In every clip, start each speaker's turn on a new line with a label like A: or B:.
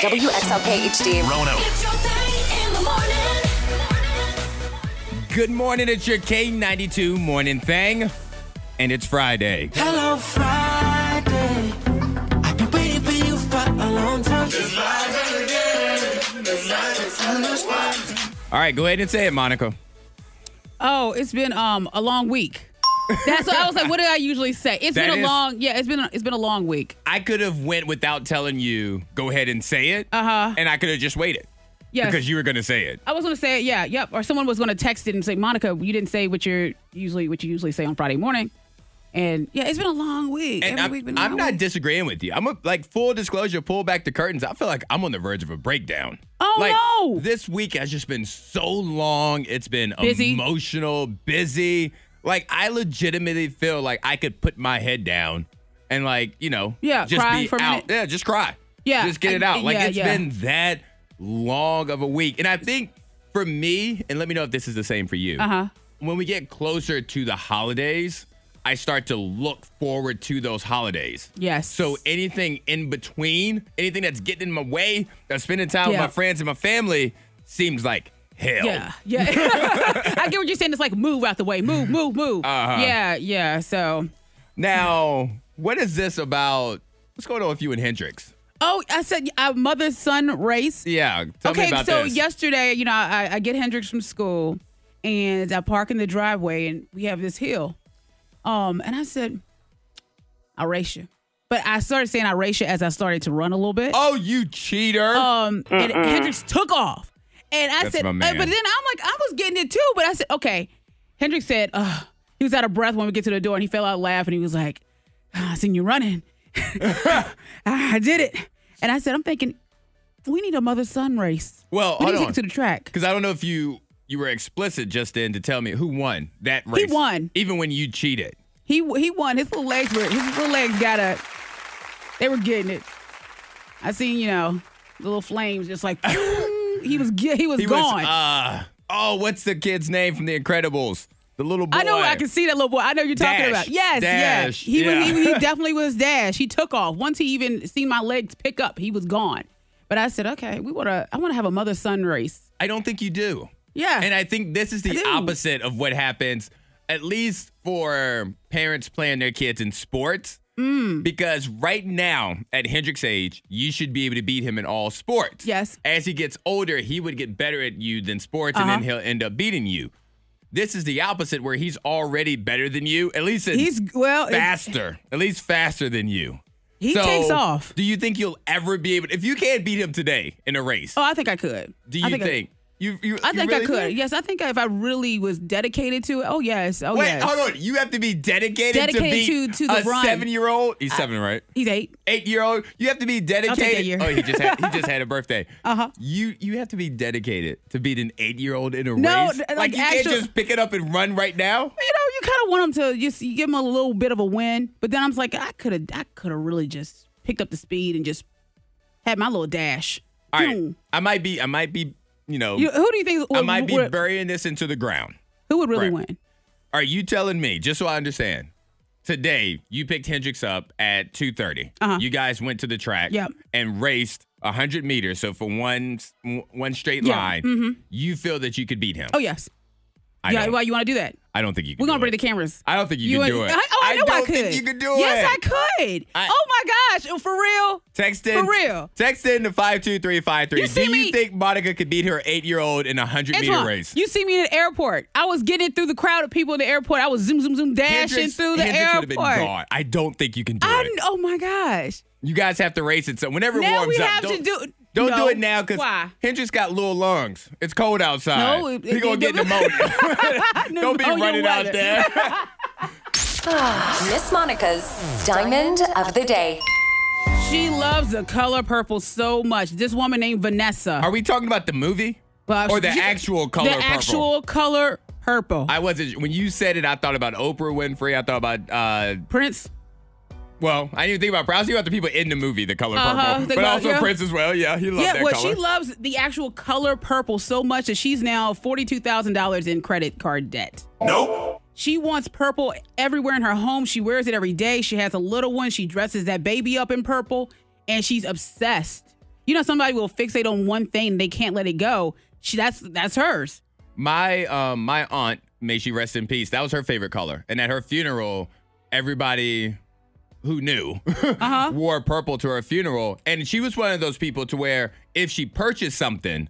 A: WXLK HD.
B: Rono.
C: It's your thing in the morning.
D: Good morning. It's your K92 morning thing, and it's Friday.
E: Hello Friday. I've been waiting for you for a long time.
D: All right, go ahead and say it, Monica.
F: Oh, it's been um a long week. That's what I was like. What do I usually say? It's
D: That
F: been a
D: is-
F: long. Yeah, it's been a, it's been a long week.
D: I could have went without telling you. Go ahead and say it. Uh huh. And I could have just waited
F: Yes.
D: because you were going to say it.
F: I was gonna say it, yeah, yep. Or someone was gonna text it and say, Monica, you didn't say what you're usually what you usually say on Friday morning. And yeah, it's been a long week.
D: And
F: Every
D: I'm,
F: week been a
D: I'm
F: long
D: not
F: week.
D: disagreeing with you. I'm a, like full disclosure. Pull back the curtains. I feel like I'm on the verge of a breakdown.
F: Oh,
D: like,
F: no.
D: This week has just been so long. It's been
F: Busy.
D: emotional, busy. Like I legitimately feel like I could put my head down and like you know
F: Yeah,
D: just
F: cry
D: be
F: for a
D: out.
F: minute.
D: Yeah, just cry.
F: Yeah,
D: just get it
F: I-
D: out. Like
F: yeah,
D: it's
F: yeah.
D: been that long of a week, and I think for me, and let me know if this is the same for you. Uh
F: Uh-huh.
D: When we get closer to the holidays, I start to look forward to those holidays.
F: Yes.
D: So anything in between, anything that's getting in my way, that's spending time with
F: Yeah.
D: my friends and my family seems like hell.
F: Yeah, yeah. I get what you're saying. It's like move out the way, move, move, move.
D: Uh-huh.
F: Yeah, yeah. So,
D: Now, what is this about? What's going on with you and Hendrix?
F: oh, I said a mother son race.
D: Yeah, tell me
F: okay,
D: about
F: so
D: this.
F: yesterday, you know, I, I get Hendrix from school, and I park in the driveway, and we have this hill, um, and I said, "I'll race you," but I started saying "I'll race you" as I started to run a little bit.
D: Oh, you cheater!
F: Um, and Hendrix took off, and I
D: That's
F: said,
D: my
F: uh,
D: man.
F: but then I'm like, I was getting it too, but I said, okay. Hendrix said, Ugh. he was out of breath when we get to the door, and he fell out laughing. He was like, "Ah, "I seen you running, I did it," and I said, "I'm thinking, we need a mother son race."
D: well,
F: We
D: hold
F: need to take
D: on,
F: it to the track.
D: because I don't know if you you were explicit just then to tell me who won that race.
F: won.
D: even when you cheated.
F: He he won. His little legs were his little legs got a. They were getting it. I seen you know the little flames just like he was ge- he was
D: He
F: gone.
D: was. Uh, oh, what's the kid's name from The Incredibles? The little boy.
F: I know I can see that little boy. I know you're talking
D: Dash.
F: about. Yes,
D: Dash.
F: yes. He
D: Yeah.
F: was he, he definitely was dash. He took off. Once he even seen my legs pick up, he was gone. But I said, okay, we want to. I want to have a mother son race.
D: I don't think you do.
F: Yeah.
D: And I think this is
F: I
D: the
F: do.
D: opposite of what happens, at least for parents playing their kids in sports.
F: Mm.
D: Because right now, at Hendrick's age, you should be able to beat him in all sports.
F: Yes.
D: As he gets older, he would get better at you than sports, and then
F: Uh-huh.
D: he'll end up beating you. This is the opposite, where he's already better than you, at least in
F: He's well. it-
D: faster, at least faster than you.
F: He
D: So,
F: takes off.
D: Do you think you'll ever be able? If you can't beat him today in a race,
F: Oh, I think I could.
D: do
F: I
D: you think,
F: I-
D: you, you?
F: I
D: you
F: think
D: really
F: I could. Yes, I think if I really was dedicated to it. Oh yes. Oh
D: Wait,
F: yes.
D: hold on. You have to be dedicated, to
F: Dedicated
D: beat
F: to- to the
D: a
F: run.
D: seven-year-old. He's seven, right?
F: He's eight.
D: Eight-year-old. You have to be dedicated.
F: year. Uh-huh.
D: Oh, he just had, he just had a birthday. Uh huh. You you have to be dedicated to beat an eight-year-old in a
F: No,
D: race.
F: th-
D: Like,
F: like
D: you
F: actual-
D: can't just pick it up and run right now.
F: You know, you kind of want him to just you give him a little bit of a win, but then I'm like, I could have, I could have really just picked up the speed and just had my little dash.
D: All right.
F: Hmm.
D: I might be. I might be. You know.
F: You- who do you think?
D: I
F: Would,
D: might be
F: would-
D: burying this into the ground.
F: who would really
D: Right.
F: win?
D: Are you telling me, just so I understand, today you picked Hendrix up at 2.30.
F: Uh-huh.
D: You guys went to the track
F: Yep.
D: and raced 100 meters. So for one one straight
F: Yeah, mm-hmm.
D: line, you feel that you could beat him.
F: Oh yes.
D: I,
F: yeah.
D: don't,
F: Well, you want to do that?
D: I don't think you can
F: We're
D: do
F: gonna bring
D: it.
F: the cameras.
D: I don't think you, can
F: and-
D: do it.
F: I, oh, I, know I,
D: don't
F: could.
D: think you can do it.
F: Yes, I could.
D: I-
F: oh my gosh, Oh, for real.
D: Text in.
F: For real.
D: Text in to 52353.
F: You
D: do
F: see
D: you
F: me-
D: think Monica could beat her eight-year-old in a 100-meter
F: Antoine,
D: race?
F: You see me in the airport. I was getting it through the crowd of people in the airport. I was zoom, zoom, zoom, dashing
D: Hendrix-
F: through the
D: Hendrix
F: airport.
D: would have been gone. I don't think you can do
F: I
D: it.
F: kn- oh my gosh.
D: You guys have to race it. So whenever it
F: Now
D: warms
F: we
D: up,
F: have to
D: don't,
F: do-
D: not
F: No.
D: do it now because
F: Why?
D: Hendrix got little lungs. It's cold outside.
F: No, it- Oh,
D: he gonna
F: it-
D: get pneumonia. don't be
F: Pneumonia
D: running out
F: weather.
D: there.
A: Miss Monica's Diamond of the Day.
F: She loves the color purple so much. This woman named Vanessa.
D: Are we talking about the movie
F: Well,
D: or the
F: she-
D: actual color?
F: The
D: purple?
F: actual color purple.
D: I wasn't. When you said it, I thought about Oprah Winfrey. I thought about. uh
F: Prince.
D: Well, I didn't even think about. Prince. I was thinking about the people in the movie, the color
F: Uh-huh,
D: purple,
F: think
D: but
F: about-
D: also
F: yeah.
D: Prince as well. Yeah, he loved
F: Yeah,
D: that
F: well,
D: color.
F: she loves the actual color purple so much that she's now $42,000 in credit card debt.
B: Nope.
F: She wants purple everywhere in her home. She wears it every day. She has a little one. She dresses that baby up in purple, and she's obsessed. You know, somebody will fixate on one thing and they can't let it go. She, that's that's hers.
D: My um my aunt, may she rest in peace. That was her favorite color. And at her funeral, everybody who knew
F: Uh-huh.
D: wore purple to her funeral. And she was one of those people to where if she purchased something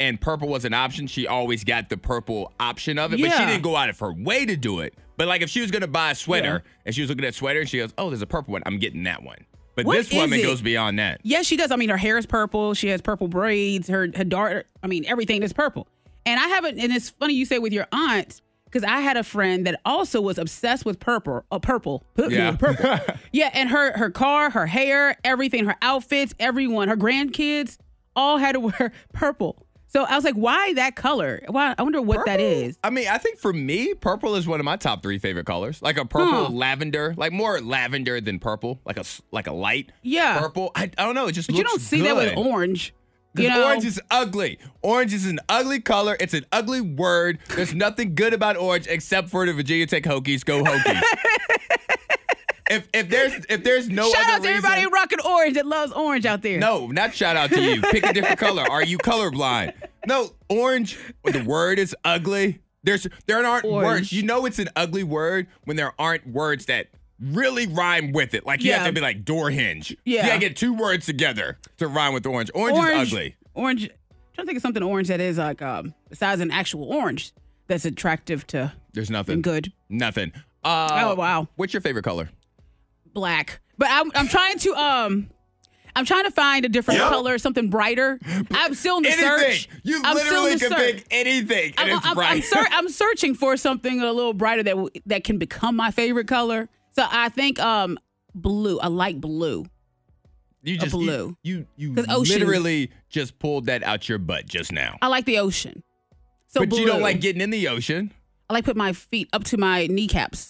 D: and purple was an option, she always got the purple option of it. But she
F: Yeah.
D: didn't go out of her way to do it. But like if she was gonna buy a sweater and she was looking at a sweater and she goes, Oh, there's a purple one, I'm getting that one. But
F: What
D: this
F: is
D: woman
F: it?
D: goes beyond that.
F: Yes, she does. I mean, her hair is purple. She has purple braids. Her her daughter. I mean, everything is purple. And I haven't. And it's funny you say with your aunt because I had a friend that also was obsessed with purple. A purple.
D: Yeah.
F: purple. yeah, and her her car, her hair, everything, her outfits, everyone, her grandkids all had to wear purple. So I was like, why that color? Why? I wonder what that is.
D: I mean, I think for me, purple is one of my top three favorite colors. Like a purple
F: Huh.
D: lavender, like more lavender than purple, like a s- like a light.
F: Yeah.
D: Purple. I, I don't know. It just
F: But you
D: looks
F: don't see
D: good.
F: that with orange.
D: 'Cause
F: You know,
D: orange is ugly. Orange is an ugly color. It's an ugly word. There's nothing good about orange except for the Virginia Tech Hokies. Go Hokies. if if there's if there's no
F: shout
D: other
F: out to everybody
D: reason-
F: rocking orange that loves orange out there.
D: no, not shout out to you. Pick a different color. Are you colorblind? No, orange. The word is ugly. There's there aren't words.
F: Orange.
D: You know it's an ugly word when there aren't words that really rhyme with it. Like you have
F: Yeah.
D: to be like door hinge.
F: Yeah.
D: You gotta get two words together to rhyme with orange. Orange, is ugly.
F: Orange. trying to think of something orange that is like um besides an actual orange that's attractive to
D: There's
F: and
D: nothing.
F: good
D: Nothing. Uh,
F: Oh, wow.
D: What's your favorite color?
F: black. But I'm I'm trying to um. I'm trying to find a different color, something brighter. I'm still in the search.
D: Anything. You
F: I'm still
D: literally
F: in the
D: can
F: search.
D: pick anything, and
F: I'm,
D: it's
F: I'm,
D: right.
F: I'm, ser- I'm searching for something a little brighter that w- that can become my favorite color. So I think um blue. I like blue.
D: you just
F: blue.
D: You you,
F: 'Cause
D: you
F: ocean.
D: literally just pulled that out your butt just now.
F: I like the ocean. So
D: but you don't
F: blue.
D: like getting in the ocean.
F: I like put my feet up to my kneecaps.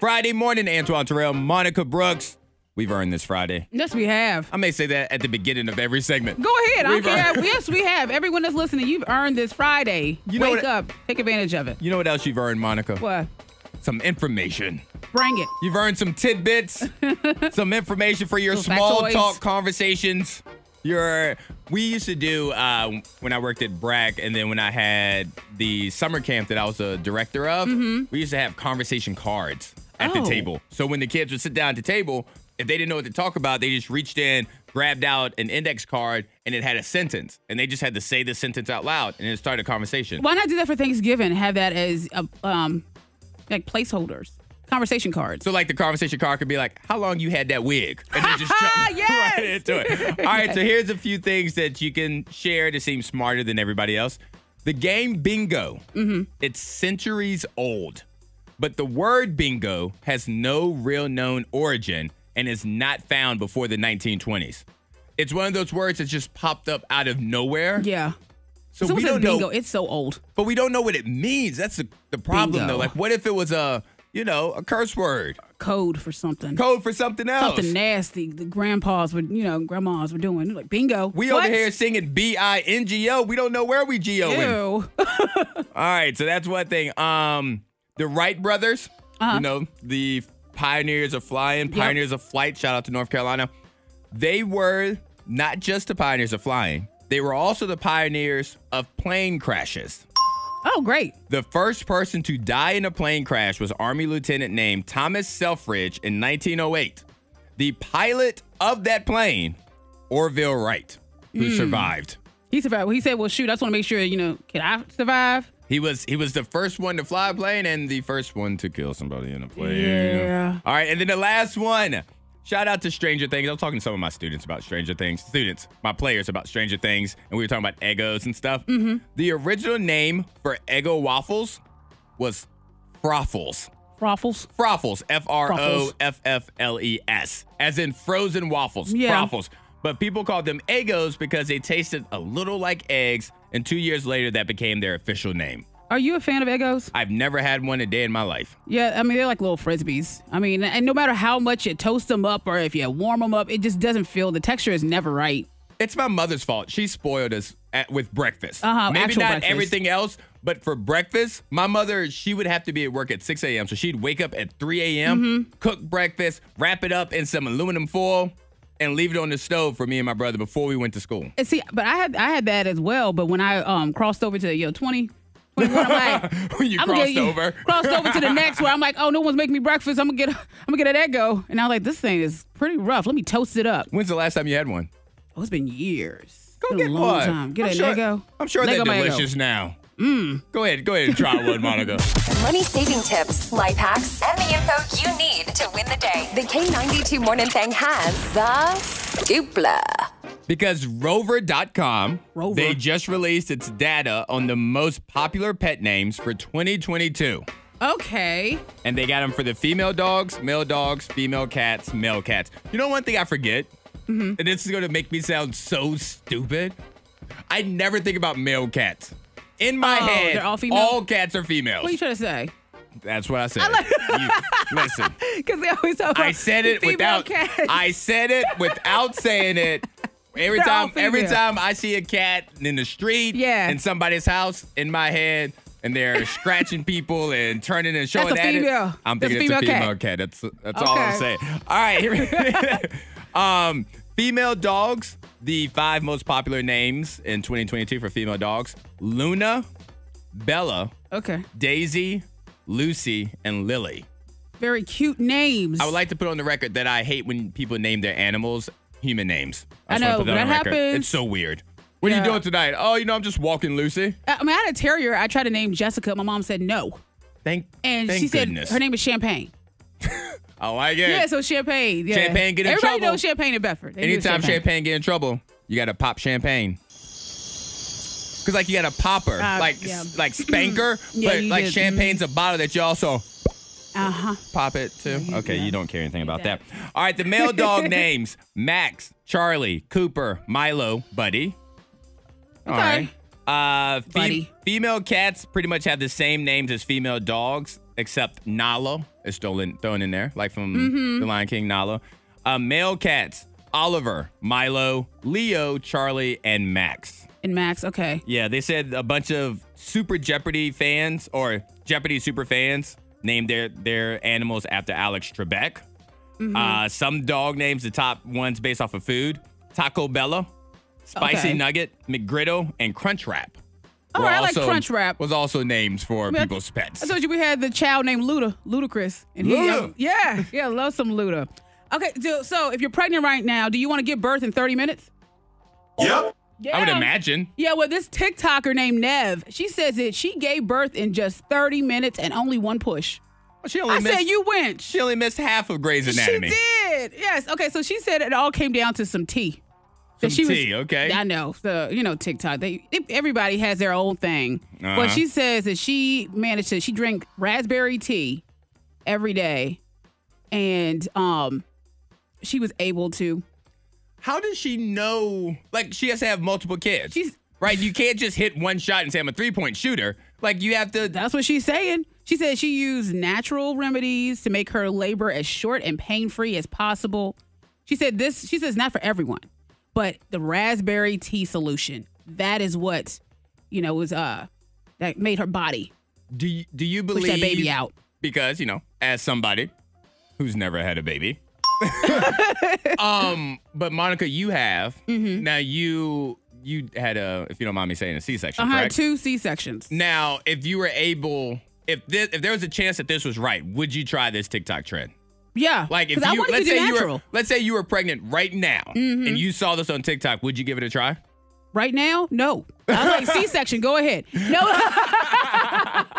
D: Friday morning, Antoine Terrell, Monica Brooks. We've earned this Friday.
F: yes, we have.
D: I may say that at the beginning of every segment.
F: Go ahead. I
D: We've
F: don't care.
D: earned-
F: Yes, we have. Everyone that's listening, you've earned this Friday.
D: You know
F: Wake
D: what-
F: up. Take advantage of it.
D: You know what else you've earned, Monica?
F: What?
D: Some information.
F: Bring it.
D: You've earned some tidbits, some information for your
F: Little
D: small
F: factoids.
D: talk conversations. Your we used to do uh, when I worked at Brack, and then when I had the summer camp that I was a director of, we used to have conversation cards at the
F: Oh.
D: table. So when the kids would sit down at the table, if they didn't know what to talk about, they just reached in, grabbed out an index card, and it had a sentence, and they just had to say the sentence out loud, and it started a conversation.
F: Why not do that for Thanksgiving? Have that as a, um, like placeholders, conversation cards.
D: So like the conversation card could be like, "How long you had that wig?" And then just jump
F: Ah, Yes!
D: right into it. All right, so here's a few things that you can share to seem smarter than everybody else. The game bingo.
F: Mm-hmm.
D: It's centuries old, but the word bingo has no real known origin and is not found before the 1920s. It's one of those words that just popped up out of nowhere.
F: yeah.
D: So
F: Someone
D: we
F: says
D: don't
F: bingo.
D: know
F: It's so old.
D: but we don't know what it means. That's the, the problem
F: Bingo.
D: though. Like what if it was a, you know, a curse word?
F: Code for something.
D: Code for something else.
F: Something nasty. The grandpas were, you know, grandmas were doing. They're Like bingo.
D: We
F: What?
D: over here singing B I N G O. We don't know where we G O in.
F: Ew.
D: All right, so that's one thing. Um, the Wright brothers,
F: Uh-huh.
D: you know, the pioneers of flying, pioneers of flight. Shout out to North Carolina. They were not just the pioneers of flying; they were also the pioneers of plane crashes.
F: Oh, great.
D: The first person to die in a plane crash was Army Lieutenant named Thomas Selfridge in 1908. The pilot of that plane, Orville Wright, who
F: Hmm.
D: survived.
F: He survived. Well, he said, well, shoot, I just want to make sure, you know, can I survive?
D: He was he was the first one to fly a plane and the first one to kill somebody in a plane.
F: Yeah.
D: All right, and then the last one. Shout out to Stranger Things. I was talking to some of my students about Stranger Things. Students, my players about Stranger Things, and we were talking about Eggos and stuff.
F: Mm-hmm.
D: The original name for Eggo waffles was Froffles.
F: Raffles.
D: Froffles, F R O F F L E S, as in frozen waffles,
F: Yeah.
D: froffles. But people called them Eggos because they tasted a little like eggs, and two years later, that became their official name.
F: Are you a fan of Eggos?
D: I've never had one a day in my life.
F: Yeah, I mean they're like little frisbees. I mean, and no matter how much you toast them up or if you warm them up, it just doesn't feel the texture is never right.
D: It's my mother's fault. She spoiled us at, with breakfast.
F: Uh-huh,
D: Maybe
F: actual
D: not
F: breakfast.
D: everything else, but for breakfast, my mother, she would have to be at work at 6
F: Mm-hmm.
D: a.m. So she'd wake up at 3 a.m., cook breakfast, wrap it up in some aluminum foil, and leave it on the stove for me and my brother before we went to school.
F: And see, but I had I had that as well. But when I um crossed over to you know 20, 21, I'm like,
D: When you
F: I'm gonna
D: crossed
F: get,
D: over.
F: crossed over to the next where I'm like, oh, no one's making me breakfast. I'm gonna get I'm gonna get an egg go. And I'm like, this thing is pretty rough. Let me toast it up.
D: When's the last time you had one?
F: Oh, it's been years.
D: Go
F: Been
D: get
F: a long
D: one.
F: time. Get
D: I'm
F: an
D: sure,
F: Eggo.
D: I'm sure
F: Lego Mm.
D: they're
F: Mago.
D: delicious now. Go ahead, go ahead and try one, Monica.
A: Money saving tips, life hacks, and the info you need to win the day. The K92 Morning Thing has the dupla.
D: Because Rover.com,
F: Rover.
D: they just released its data on the most popular pet names for 2022.
F: Okay.
D: And they got them for the female dogs, male dogs, female cats, male cats. You know, one thing I forget,
F: Mm-hmm.
D: and this is going to make me sound so stupid. I never think about male cats. In my
F: Oh,
D: head,
F: they're all female?
D: all cats are females.
F: What are you trying to say?
D: That's what I said. You- listen,
F: Because they always talk about
D: I said it
F: female
D: without.
F: cats.
D: I said it without saying it. Every
F: They're all
D: time, every
F: female.
D: time I see a cat in the street,
F: Yeah.
D: in somebody's house, in my head, and they're scratching people and turning and showing
F: a
D: at it,
F: female.
D: I'm
F: That's a
D: thinking it's a
F: female cat.
D: female cat. That's that's all I'm
F: Okay.
D: saying. All right, here we- um, female dogs. The five most popular names in 2022 for female dogs: Luna, Bella,
F: okay.
D: Daisy, Lucy, and Lily.
F: Very cute names.
D: I would like to put on the record that I hate when people name their animals human names.
F: I
D: just wanna
F: know,
D: put
F: but
D: on
F: that
D: record.
F: happens.
D: It's so weird. What are you
F: Yeah.
D: doing tonight? Oh, you know, I'm just walking, Lucy.
F: Uh, I mean, I had a terrier. I tried to name Jessica. My mom said no.
D: Thank,
F: And
D: thank
F: she
D: goodness.
F: said her name is Champagne.
D: I like it.
F: Yeah, so champagne. Yeah.
D: Champagne get in
F: Everybody
D: trouble.
F: knows champagne in Bedford. They use
D: Anytime champagne. get in trouble, you gotta pop champagne. Cause like you got a popper,
F: Uh,
D: like
F: yeah.
D: like spanker,
F: Yeah,
D: but
F: you
D: like
F: did. Mm-hmm.
D: champagne's a bottle that you also
F: Uh-huh.
D: pop it too. Okay, you don't care anything about
F: Yeah.
D: that. All right, the male dog names: Max, Charlie, Cooper, Milo, Buddy. All
F: Okay.
D: right. Uh, fem-
F: Buddy.
D: Female cats pretty much have the same names as female dogs, except Nala is stolen, thrown in there, like from The Lion King, Nala. Uh, male cats: Oliver, Milo, Leo, Charlie, and Max.
F: And Max, okay.
D: Yeah, they said a bunch of Super Jeopardy fans or Jeopardy super fans named their their animals after Alex Trebek.
F: Mm-hmm.
D: Uh, some dog names, the top ones based off of food: Taco Bella, Spicy
F: Okay.
D: Nugget, McGriddle, and Crunch Wrap.
F: Oh,
D: were
F: I like
D: also-
F: Crunch Wrap.
D: Was also names for
F: mean, I-
D: people's pets.
F: I told you we had the child named Luda, Ludacris. And
D: Luda?
F: He, um, yeah, yeah, love some Luda. Okay, so, so if you're pregnant right now, do you want to give birth in 30 minutes? Yep. Yeah.
D: I would imagine.
F: Yeah, well, this TikToker named Nev, she says that she gave birth in just 30 minutes and only one push.
D: She only
F: I
D: missed.
F: said you went.
D: she only missed half of Grey's Anatomy.
F: She did. Yes. Okay. So she said it all came down to some tea. That
D: Some tea, okay.
F: I know. So you know TikTok. They everybody has their own thing.
D: Uh-huh.
F: But she says that she managed to. She drank raspberry tea every day, and um, she was able to.
D: How does she know? Like, she has to have multiple kids.
F: She's-
D: right. You can't just hit one shot and say I'm a three point shooter. Like, you have to.
F: That's what she's saying. She said she used natural remedies to make her labor as short and pain free as possible. She said this, she says not for everyone, but the raspberry tea solution. That is what, you know, was uh that made her body
D: Do you, do you
F: push
D: believe
F: that baby out.
D: Because you know, as somebody who's never had a baby. um, but Monica, you have
F: Mm-hmm.
D: now. You you had a, if you don't mind me saying, a C-section,
F: Uh huh.
D: correct?
F: Two C sections.
D: Now, if you were able, if this, if there was a chance that this was right, would you try this TikTok trend?
F: Yeah.
D: Like, if
F: 'cause I
D: you
F: wanted
D: let's
F: to do
D: say
F: natural. Mm-hmm.
D: you were let's say you were pregnant right now and you saw this on TikTok, would you give it a try?
F: right now, no. I was like C section. Go ahead. No.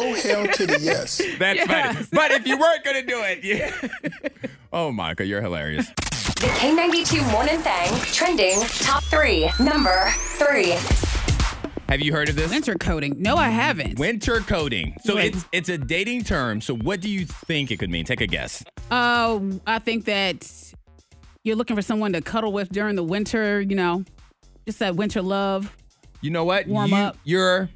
B: Oh, hell to the yes.
D: That's funny. But if you weren't gonna do it, yeah. oh, Monica, you're hilarious.
A: The K92 Morning Thing trending top three. Number three.
D: Have you heard of this?
F: Winter coating. No, I haven't.
D: Winter coding. So
F: Wait.
D: it's it's a dating term. So what do you think it could mean? Take a guess.
F: Uh, I think that you're looking for someone to cuddle with during the winter. You know, just that winter love.
D: You know what?
F: Warm
D: You-
F: up.
D: You're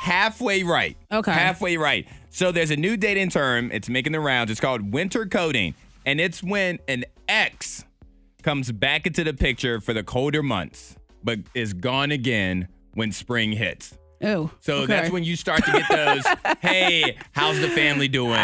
D: halfway right.
F: Okay.
D: Halfway right. So there's a new dating term. It's making the rounds. It's called winter coding, and it's when an ex comes back into the picture for the colder months, but is gone again when spring hits.
F: Oh.
D: So
F: okay.
D: that's when you start to get those, hey, how's the family doing?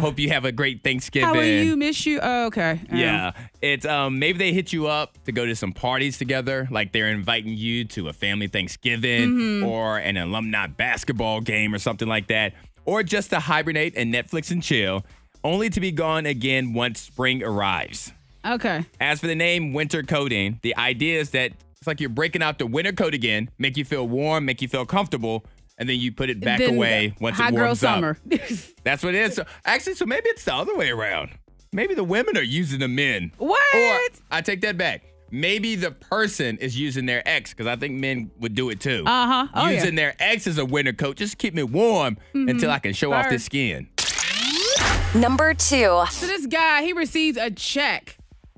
D: Hope you have a great Thanksgiving.
F: Ah. How are you? Miss you? Oh, okay. Oh.
D: Yeah. It's um maybe they hit you up to go to some parties together, like they're inviting you to a family Thanksgiving
F: Mm-hmm.
D: or an alumni basketball game or something like that, or just to hibernate and Netflix and chill, only to be gone again once spring arrives.
F: Okay.
D: As for the name winter coating, the idea is that it's like you're breaking out the winter coat again, make you feel warm, make you feel comfortable, and then you put it back
F: Then
D: away once it
F: hot
D: warms
F: girl
D: up.
F: summer.
D: That's what it is. So, actually, so maybe it's the other way around. Maybe the women are using the men.
F: What?
D: Or I take that back. Maybe the person is using their ex because I think men would do it too.
F: Uh-huh. Oh, yeah. Mm-hmm.
D: using their ex as a winter coat just keep me warm until I can show off
F: Fire.
D: this skin.
A: Number two.
F: So this guy, he receives a check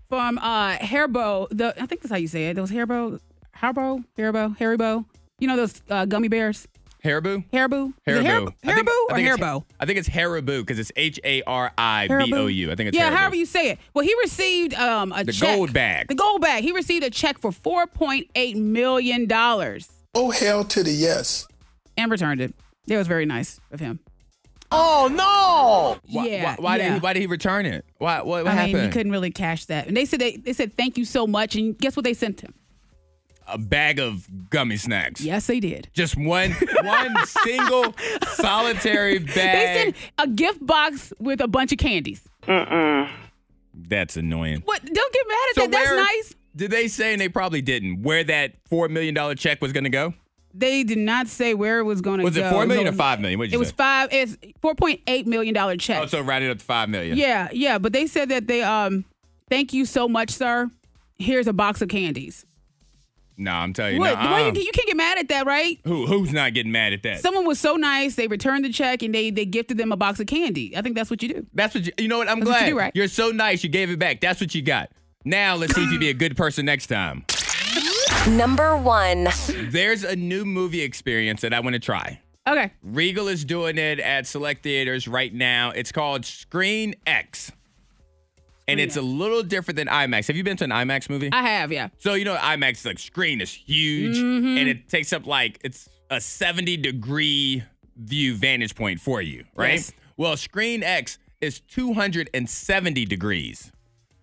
F: from uh Haribo. The I think that's how you say it. Those Haribo, Haribo, Haribo, Haribo. You know those uh, gummy bears,
D: Haribo.
F: Haribo. Is it
D: Haribo.
F: Haribo,
D: I think-
F: Haribo
D: I
F: or
D: think it's-
F: Haribo?
D: I think it's Haribo because it's H A R I B O U. I think it's
F: yeah,
D: Haribo.
F: however you say it. Well, he received um a
D: The
F: check.
D: gold bag.
F: The gold bag. He received a check for four point eight million dollars
B: Oh, hell to the yes.
F: and returned it. It was very nice of him.
D: Why, why,
F: yeah,
D: why
F: yeah.
D: Did he, why did he return it? Why, what what
F: I
D: happened?
F: mean, he couldn't really cash that. And they said they, they said thank you so much. And guess what they sent him?
D: a bag of gummy snacks.
F: Yes, they did.
D: Just one one single solitary
F: They
D: bag.
F: sent a gift box with a bunch of candies.
D: That's annoying.
F: What? Don't get mad at that. That's
D: where-
F: nice.
D: Did they say, and they probably didn't, where that $4 million check was going to go?
F: They did not say where it was going to go.
D: Was it 4 million or
F: So
D: 5 million? What did
F: It
D: you
F: was
D: say?
F: five. It's four point eight million dollar check.
D: Oh, so rounded up to 5 million.
F: yeah, yeah. But they said that they um, thank you so much, sir. Here's a box of candies.
D: No, I'm telling you. um,
F: what?
D: nuh-uh.
F: Why you, can- you can't get mad at that, right?
D: Who, who's not getting mad at that?
F: Someone was so nice. They returned the check and they they gifted them a box of candy. I think that's what you do.
D: That's what you, you know what? I'm
F: That's what
D: glad.
F: you do, right?
D: are so nice. You gave it back. That's what you got. Now let's see if you be a good person next time.
A: Number one.
D: There's a new movie experience that I want to try.
F: Okay.
D: Regal is doing it at select theaters right now. It's called Screen X. and it's a little different than IMAX. Have you been to an IMAX movie?
F: I have, yeah.
D: so you know IMAX like screen is huge
F: Mm-hmm.
D: and it takes up like it's a 70 degree view vantage point for you, right?
F: Yes.
D: Well, Screen X is 270 degrees.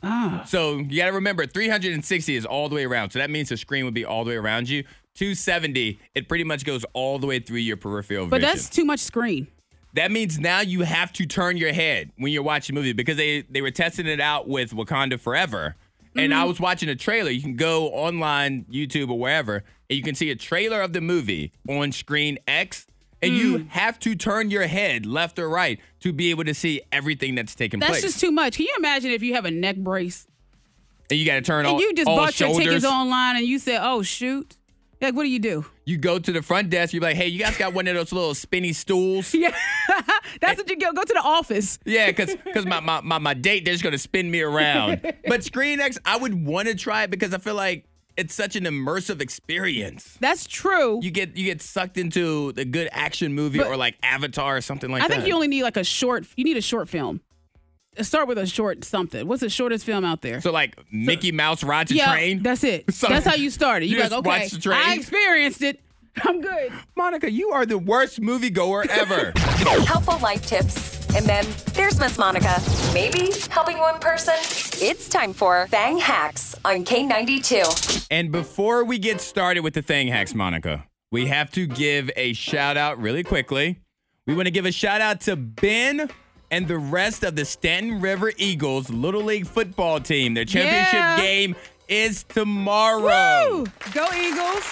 F: Ah.
D: So you got to remember 360 is all the way around. So that means the screen would be all the way around you. 270, it pretty much goes all the way through your peripheral
F: But
D: vision.
F: that's too much screen.
D: That means now you have to turn your head when you're watching a movie because they, they were testing it out with Wakanda Forever. And
F: Mm-hmm.
D: I was watching a trailer. You can go online, YouTube, or wherever, and you can see a trailer of the movie on screen X. And you
F: Mm.
D: have to turn your head left or right to be able to see everything that's taking
F: That's
D: place.
F: just too much. Can you imagine if you have a neck brace
D: and you got to turn all,
F: and you just
D: Oh, all
F: bought
D: shoulders.
F: your tickets online and you said, "Oh shoot." Like, what do you do?
D: You go to the front desk. You're like, hey, you guys got one of those little spinny stools?
F: Yeah, that's what you go. Go to the office.
D: Yeah, because my, my, my, my date, they're just going to spin me around. But Screen X, I would want to try it because I feel like it's such an immersive experience.
F: That's true.
D: You get you get sucked into the good action movie
F: But-
D: or like Avatar or something like
F: I
D: that.
F: think you only need like a short. You need a short film. Start with a short something. What's the shortest film out there?
D: So like Mickey Mouse Ride to
F: yeah,
D: Train.
F: that's it.
D: So-
F: that's how you started. You,
D: You
F: like
D: just
F: okay,
D: watch the train?
F: I experienced it. I'm good.
D: Monica, you are the worst moviegoer ever.
A: Helpful life tips. And then there's Miss Monica. Maybe helping one person. It's time for Bang Hacks on K92.
D: and before we get started with the thing hacks, Monica, we have to give a shout out really quickly. We want to give a shout out to Ben and the rest of the Stanton River Eagles Little League football team. Their championship
F: Yeah.
D: game is tomorrow.
F: Woo! Go Eagles.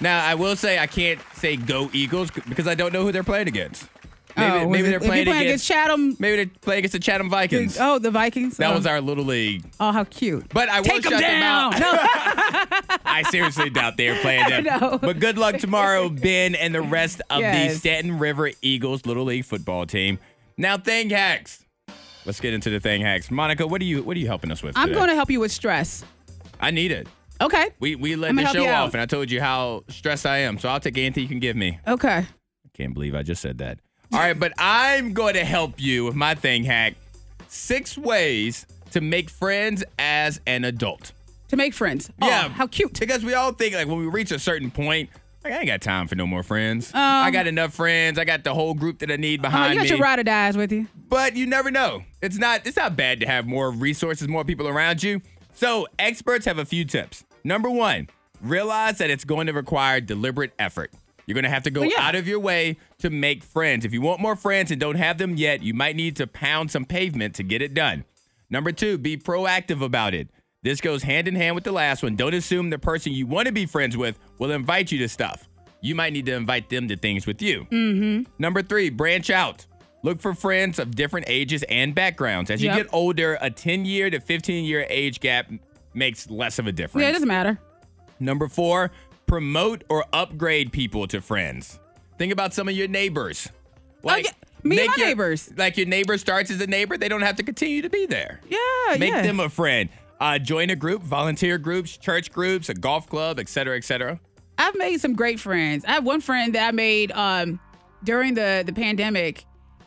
D: Now, I will say I can't say go Eagles c- because I don't know who they're playing against. Maybe,
F: oh, was
D: maybe
F: it-
D: they're
F: if you're
D: playing,
F: against
D: against,
F: Chatham.
D: maybe they're playing against the Chatham Vikings.
F: Oh, the Vikings.
D: That
F: oh.
D: was our little league.
F: Oh, how cute.
D: But I will
F: Take 'em
D: shut them
F: down.
D: out. I seriously doubt they were playing them.
F: know.
D: But good luck tomorrow, Ben, and the rest of
F: Yes.
D: the Staten River Eagles Little League football team. Now, thing hacks. Let's get into the thing hacks. Monica, what are you what are you helping us with?
F: I'm
D: today?
F: going to help you with stress.
D: I need it.
F: Okay.
D: We we
F: I'm
D: let
F: gonna
D: the
F: help
D: show
F: you out.
D: off, and I told you how stressed I am. So I'll take anything you can give me.
F: Okay.
D: Can't believe I just said that. All right, but I'm going to help you with my thing hack. Six ways to make friends as an adult.
F: to make friends. Aw,
D: yeah.
F: Oh, how cute.
D: Because we all think like when we reach a certain point, like I ain't got time for no more friends. I got enough friends. I got the whole group that I need
F: Oh,
D: behind
F: Um, you got
D: me.
F: your ride or dies with you.
D: But you never know. It's not it's not bad to have more resources, more people around you. So experts have a few tips. Number one, realize that it's going to require deliberate effort. You're going to have to go
F: Well, yeah.
D: out of your way to make friends. If you want more friends and don't have them yet, you might need to pound some pavement to get it done. Number two, be proactive about it. This goes hand in hand with the last one. Don't assume the person you want to be friends with will invite you to stuff. You might need to invite them to things with you. Number three, branch out. Look for friends of different ages and backgrounds. As
F: Yep.
D: you get older, a 10 year to 15 year age gap makes less of a difference.
F: Yeah, it doesn't matter.
D: Number four, promote or upgrade people to friends. Think about some of your neighbors.
F: Oh, yeah. Me and
D: make
F: my
D: your-
F: neighbors.
D: Like your neighbor starts as a neighbor, they don't have to continue to be there.
F: Yeah,
D: Make
F: yeah.
D: them a friend. Uh, join a group, volunteer groups, church groups, a golf club, et cetera, et cetera.
F: I've made some great friends. I have one friend that I made um, during the the pandemic,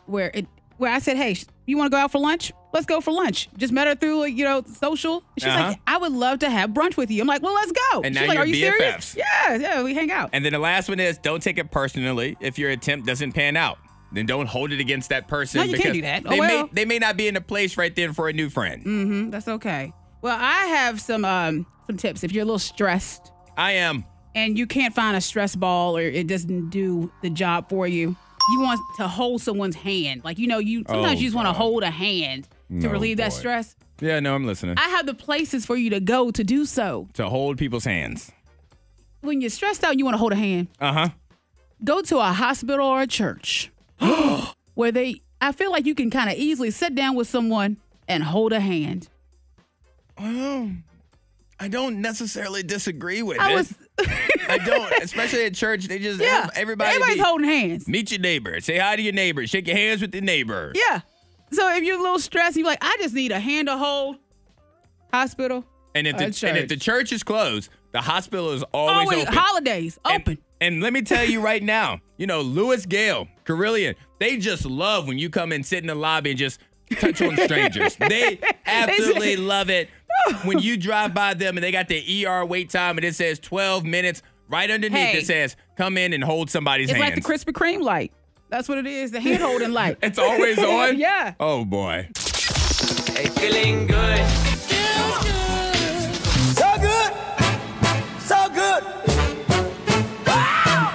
F: where it where I said, "Hey, sh- you want to go out for lunch? Let's go for lunch." Just met her through like, you know social. She's
D: Uh-huh.
F: like, "I would love to have brunch with you." I'm like, "Well, let's go."
D: And
F: She's
D: now
F: like,
D: you're
F: "Are you
D: BFFs.
F: serious?" Yeah, yeah. We hang out.
D: And then the last one is don't take it personally if your attempt doesn't pan out. Then don't hold it against that person.
F: No, you
D: because
F: can't do that. Oh,
D: they,
F: well.
D: may, they may not be in a place right then for a new friend.
F: Mm, That's okay. Well, I have some um some tips if you're a little stressed
D: I am.
F: and you can't find a stress ball or it doesn't do the job for you. You want to hold someone's hand. Like you know, you sometimes
D: Oh,
F: you just want to
D: God.
F: hold a hand to
D: No,
F: relieve that
D: boy.
F: stress.
D: Yeah, no, I'm listening.
F: I have the places for you to go to do so.
D: to hold people's hands.
F: When you're stressed out, and you want to hold a hand.
D: Uh huh.
F: Go to a hospital or a church where they. I feel like you can kind of easily sit down with someone and hold a hand.
D: I don't necessarily disagree with
F: I
D: it.
F: was.
D: I don't, especially at church. They just
F: Yeah.
D: everybody
F: Everybody's
D: be-
F: holding hands.
D: meet your neighbor, say hi to your neighbor, shake your hands with your neighbor.
F: Yeah. So if you're a little stressed, you're like, I just need a hand to hold. Hospital.
D: And if
F: Or
D: the and
F: church.
D: if the church is closed, the hospital is always,
F: Always,
D: open.
F: holidays
D: And-
F: open.
D: And, let me tell you right now, you know, Lewis Gale, Carillion, they just love when you come and sit in the lobby and just touch on strangers. They absolutely love it when you drive by them and they got the ER wait time and it says 12 minutes. Right underneath
F: Hey.
D: it says, come in and hold somebody's
F: It's
D: hands.
F: like the Krispy Kreme light. That's what it is. The hand holding light.
D: It's always on?
F: Yeah.
D: Oh, boy.
E: Hey, feeling good. So good. So good.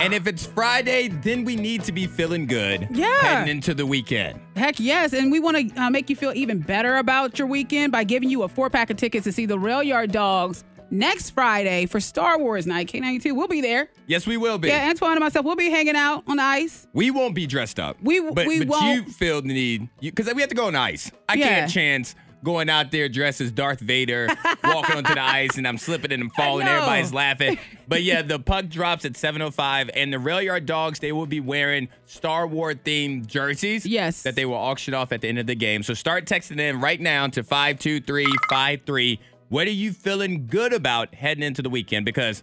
D: And if it's Friday, then we need to be feeling good
F: Yeah.
D: heading into the weekend.
F: Heck yes, and we want to uh, make you feel even better about your weekend by giving you a four pack of tickets to see the Rail Yard Dogs next Friday for Star Wars Night K92. We'll be there.
D: Yes, we will be.
F: Yeah, Antoine and myself, we'll be hanging out on the ice.
D: We won't be dressed up.
F: We-
D: but,
F: we
D: but
F: won't.
D: you feel the need because we have to go on ice. I
F: Yeah.
D: can't chance going out there dressed as Darth Vader, walking onto the ice, and I'm slipping and I'm falling.
F: know.
D: Everybody's laughing. But yeah, the puck drops at 7:05, and the Rail Yard Dogs they will be wearing Star Wars themed jerseys.
F: Yes.
D: that they will auction off at the end of the game. So start texting in right now to five two three five three. What are you feeling good about heading into the weekend? Because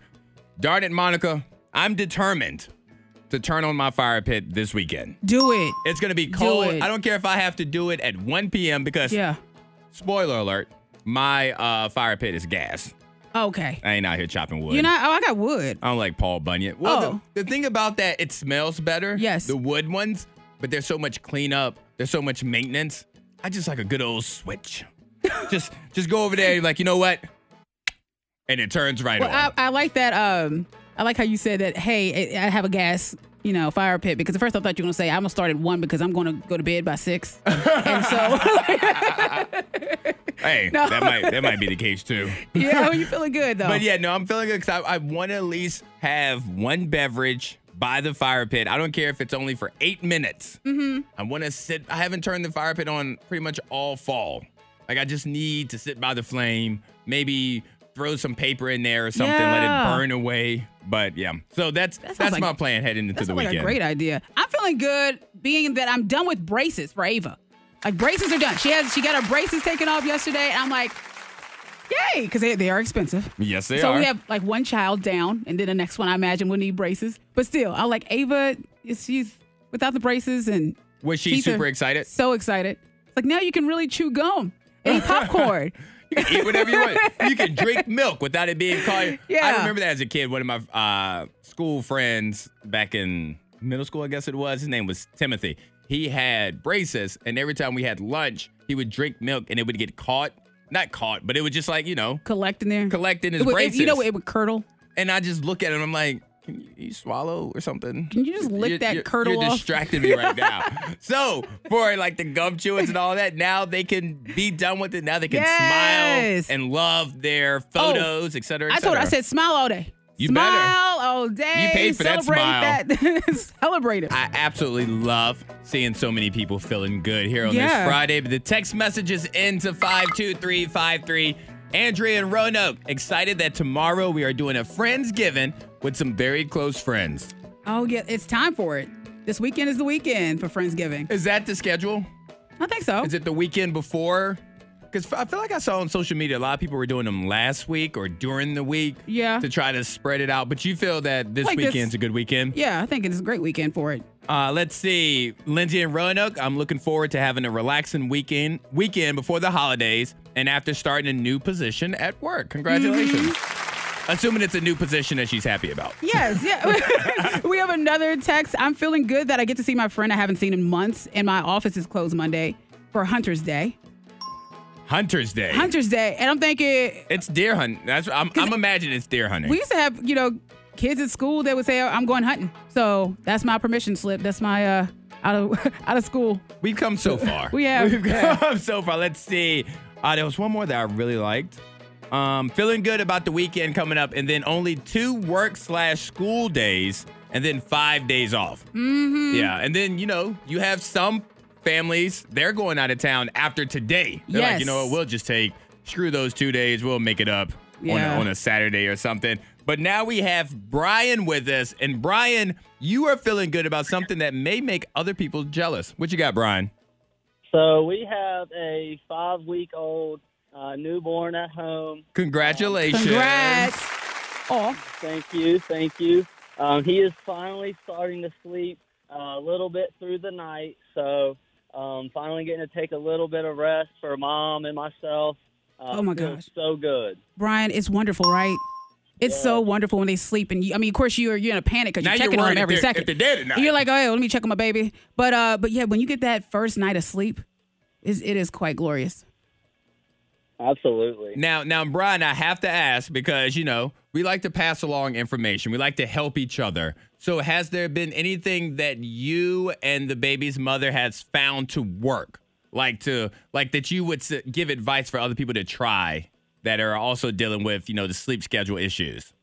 D: darn it, Monica, I'm determined to turn on my fire pit this weekend.
F: Do it.
D: It's gonna be cold.
F: it.
D: I don't care if I have to do it at 1 p.m. because
F: Yeah.
D: spoiler alert, my uh, fire pit is gas.
F: Okay.
D: I ain't out here chopping wood.
F: You're not. Oh, I got wood.
D: I don't like Paul Bunyan. Well,
F: Oh.
D: the, the thing about that, it smells better.
F: Yes.
D: The wood ones, but there's so much cleanup. There's so much maintenance. I just like a good old switch. just, just go over there. You're like, you know what? And it turns right
F: Well,
D: on.
F: I, I like that. Um, I like how you said that. Hey, I I have a gas, you know, fire pit. Because at first I thought you were gonna say I'm gonna start at one because I'm gonna go to bed by six. and so,
D: hey,
F: No.
D: that might that might be the case too.
F: yeah, you feeling good though.
D: But yeah, no, I'm feeling good because I, I want to at least have one beverage by the fire pit. I don't care if it's only for eight minutes. Mm-hmm. I want to sit. I haven't turned the fire pit on pretty much all fall. Like I just need to sit by the flame. Maybe throw some paper in there or something. Let
F: Yeah.
D: it burn away. But yeah, so that's
F: sounds
D: that's
F: like-
D: my plan heading into
F: That's
D: the
F: like
D: weekend.
F: a great idea. I'm feeling good being that I'm done with braces for Ava. Like braces are done. She has she got her braces taken off yesterday, and I'm like, yay, because they, they are expensive.
D: yes, they
F: so
D: are.
F: we have like one child down, and then the next one I imagine will need braces. But still, I like Ava. is- She's without the braces, and
D: Was she
F: teeth are
D: super excited?
F: So excited! It's like now you can really chew gum and eat popcorn.
D: You can eat whatever you want. You can drink milk without it being called. I
F: Yeah.
D: remember that as a kid. One of my uh, school friends back in middle school, I guess it was, his name was Timothy. He had braces, and every time we had lunch, he would drink milk and it would get caught. Not caught, but it would just like, you know,
F: collecting there.
D: collecting his
F: It would- it-
D: braces.
F: you know, it would curdle.
D: and I just look at him, I'm like, can you, you swallow or something?
F: Can you just lick that curdle
D: You're
F: off?
D: distracting me right now. so for like the gum chewings and all that, now they can be done with it. Now they can
F: Yes. Oh,
D: smile and love their photos, et cetera, et
F: I told her, I
D: cetera.
F: said, smile all day.
D: You
F: smile
D: better.
F: all day.
D: You paid for that
F: Celebrate That. Celebrate it.
D: I absolutely love seeing so many people feeling good here on
F: Yeah.
D: this Friday. But the text message is into 52353. Andrea and Roanoke, excited that tomorrow we are doing a Friendsgiving with some very close friends.
F: oh, yeah. It's time for it. This weekend is the weekend for Friendsgiving.
D: Is that the schedule?
F: I think so.
D: Is it the weekend before? Because I feel like I saw on social media a lot of people were doing them last week or during the week.
F: Yeah.
D: To try to spread it out. But you feel that this
F: Like this-
D: weekend's a good weekend?
F: yeah, I think it's a great weekend for it.
D: Uh, let's see. Lindsay and Roanoke, I'm looking forward to having a relaxing weekend weekend before the holidays and after starting a new position at work. Congratulations.
F: Mm-hmm.
D: Assuming it's a new position that she's happy about.
F: Yes, yeah. we have another text. I'm feeling good that I get to see my friend I haven't seen in months, and my office is closed Monday for Hunter's Day.
D: Hunter's Day.
F: Hunter's Day, and I'm thinking
D: it's deer hunting. That's I'm, I'm imagining it's deer hunting.
F: we used to have you know kids at school that would say "Oh, I'm going hunting, so that's my permission slip. That's my uh out of out of school.
D: We've come so far.
F: We have,
D: We've
F: yeah.
D: come so far. Let's see. Uh, there was one more that I really liked. Um, feeling good about the weekend coming up, and then only two work slash school days, and then five days off. Mm-hmm. Yeah, and then you know you have some families they're going out of town after today. They're like,
F: Yes.
D: you know what, we'll just take screw those two days. We'll make it up on, a,
F: Yeah.
D: on a Saturday or something. But now we have Brian with us, and Brian, you are feeling good about something that may make other people jealous. What you got, Brian?
G: So we have a five week old uh, newborn at home.
D: Congratulations.
F: Congrats. Oh,
G: Thank you, thank you. Um, he is finally starting to sleep uh, a little bit through the night, so um, finally getting to take a little bit of rest for mom and myself. Uh,
F: Oh my
G: feels
F: gosh.
G: so good.
F: Brian, it's wonderful, right? It's so wonderful when they sleep, and you, I mean, of course, you're you're in a panic because
D: Now
F: you're
D: you're
F: checking on
D: worried
F: them
D: if
F: every
D: they're-
F: second.
D: if they're dead or not.
F: You're like, oh, yeah, let me check on my baby. But uh, but yeah, when you get that first night of sleep, is it is quite glorious.
G: Absolutely.
D: Now, now, Brian, I have to ask because you know we like to pass along information. We like to help each other. So, has there been anything that you and the baby's mother has found to work, like to like that you would s- give advice for other people to try that are also dealing with you know the sleep schedule issues?